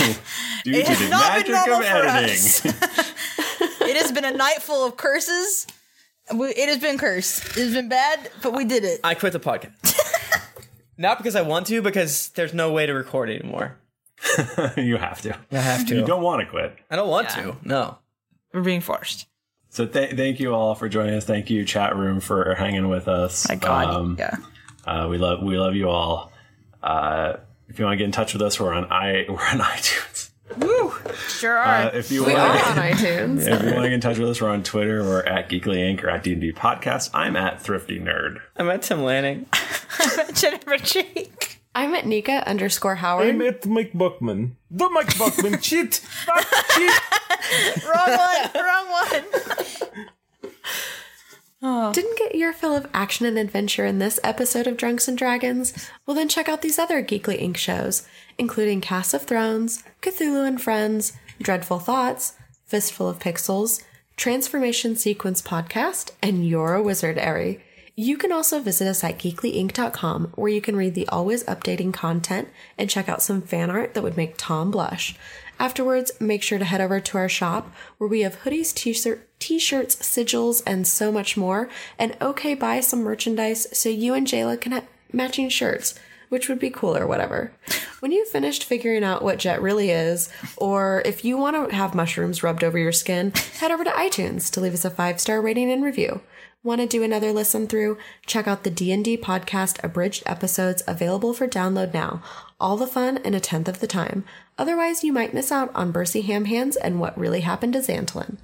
S15: It
S1: to
S15: has
S1: the
S15: not
S1: magic
S15: been
S1: of
S15: normal for
S1: editing.
S15: us. It has been a night full of curses. We, it has been cursed. It has been bad, but we did it.
S2: I quit
S1: <laughs>
S2: the podcast. Not because I want to, because there's no way to record anymore.
S1: <laughs> you have to.
S2: I have to.
S1: You don't want to quit.
S2: I don't want to. No.
S15: Oh. We're being forced.
S1: So th- thank you all for joining us. Thank you chat room for hanging with us. My God,
S15: yeah.
S1: Uh, we love we love you all. Uh, if you want to get in touch with us, we're on i we're on <laughs> iTunes.
S15: Woo! Sure are.
S1: Uh, if you
S3: we
S1: want <laughs>
S3: are
S1: to
S3: on
S2: <laughs>
S3: iTunes.
S1: If you want to get in touch with us, we're on Twitter. We're at Geekly Inc. or at D&D Podcast. I'm at Thrifty Nerd.
S2: I'm at Tim Lanning.
S15: Jennifer Cheek.
S3: I'm at Nika
S5: <laughs>
S3: underscore Howard.
S5: I'm at Mike Buckman. The Mike Buckman <laughs> cheat. Fuck cheat.
S15: wrong one. Wrong one.
S3: Didn't get your fill of action and adventure in this episode of Drunks and Dragons? Well, then check out these other Geekly Inc. shows, including Cast of Thrones, Cthulhu and Friends, Dreadful Thoughts, Fistful of Pixels, Transformation Sequence Podcast, and You're a Wizard, Eri. You can also visit us at geeklyinc.com, where you can read the always updating content and check out some fan art that would make Tom blush. Afterwards, make sure to head over to our shop where we have hoodies, t-shirt, t-shirts, sigils, and so much more. And okay, buy some merchandise so you and Jayla can have matching shirts, which would be cool or whatever. When you've finished figuring out what Jet really is, or if you want to have mushrooms rubbed over your skin, head over to iTunes to leave us a five-star rating and review. Want to do another listen through? Check out the D&D podcast abridged episodes available for download now. All the fun in a tenth of the time. Otherwise, you might miss out on Bercy Ham Hands and what really happened to Xantolin.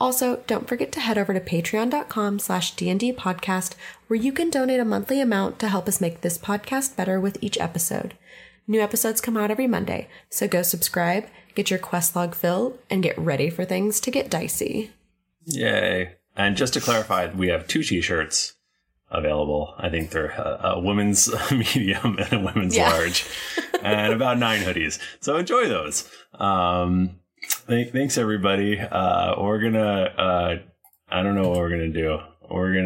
S3: Also, don't forget to head over to patreon.com slash D&D podcast where you can donate a monthly amount to help us make this podcast better with each episode. New episodes come out every Monday, so go subscribe, get your quest log filled, and get ready for things to get dicey.
S1: Yay. And just to clarify, we have two t shirts available. I think they're uh, a women's <laughs> medium and a women's
S16: Yeah.
S1: large, and about nine hoodies. So enjoy those. Um, th- thanks, everybody. Uh, we're going to, uh, I don't know what we're going to do. We're going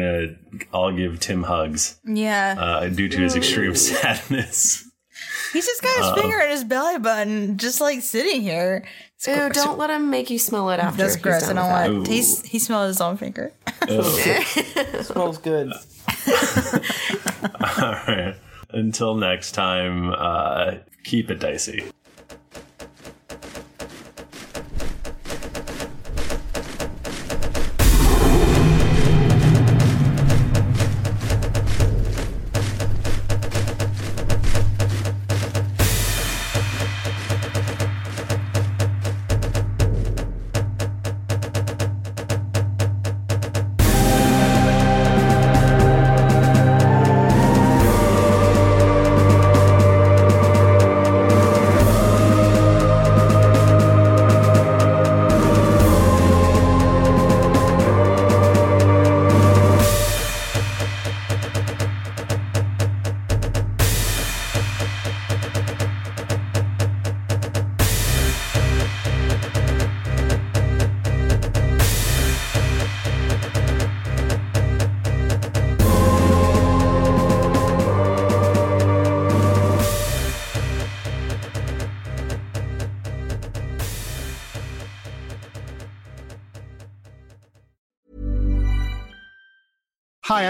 S1: to all give Tim hugs
S15: Yeah.
S1: uh, due to his extreme Uh, sadness. <laughs>
S15: He's just got his
S1: Uh-oh.
S15: finger in his belly button, just like sitting here.
S3: Ew, don't let him make you smell it after
S15: That's
S3: he's
S15: gross. I
S3: done
S15: don't
S3: with
S15: want.
S3: that.
S15: He's, he smelled his own finger.
S3: <laughs>
S1: Smells <laughs> good. All right. Until next time, uh, keep it dicey.
S17: <laughs> Hi,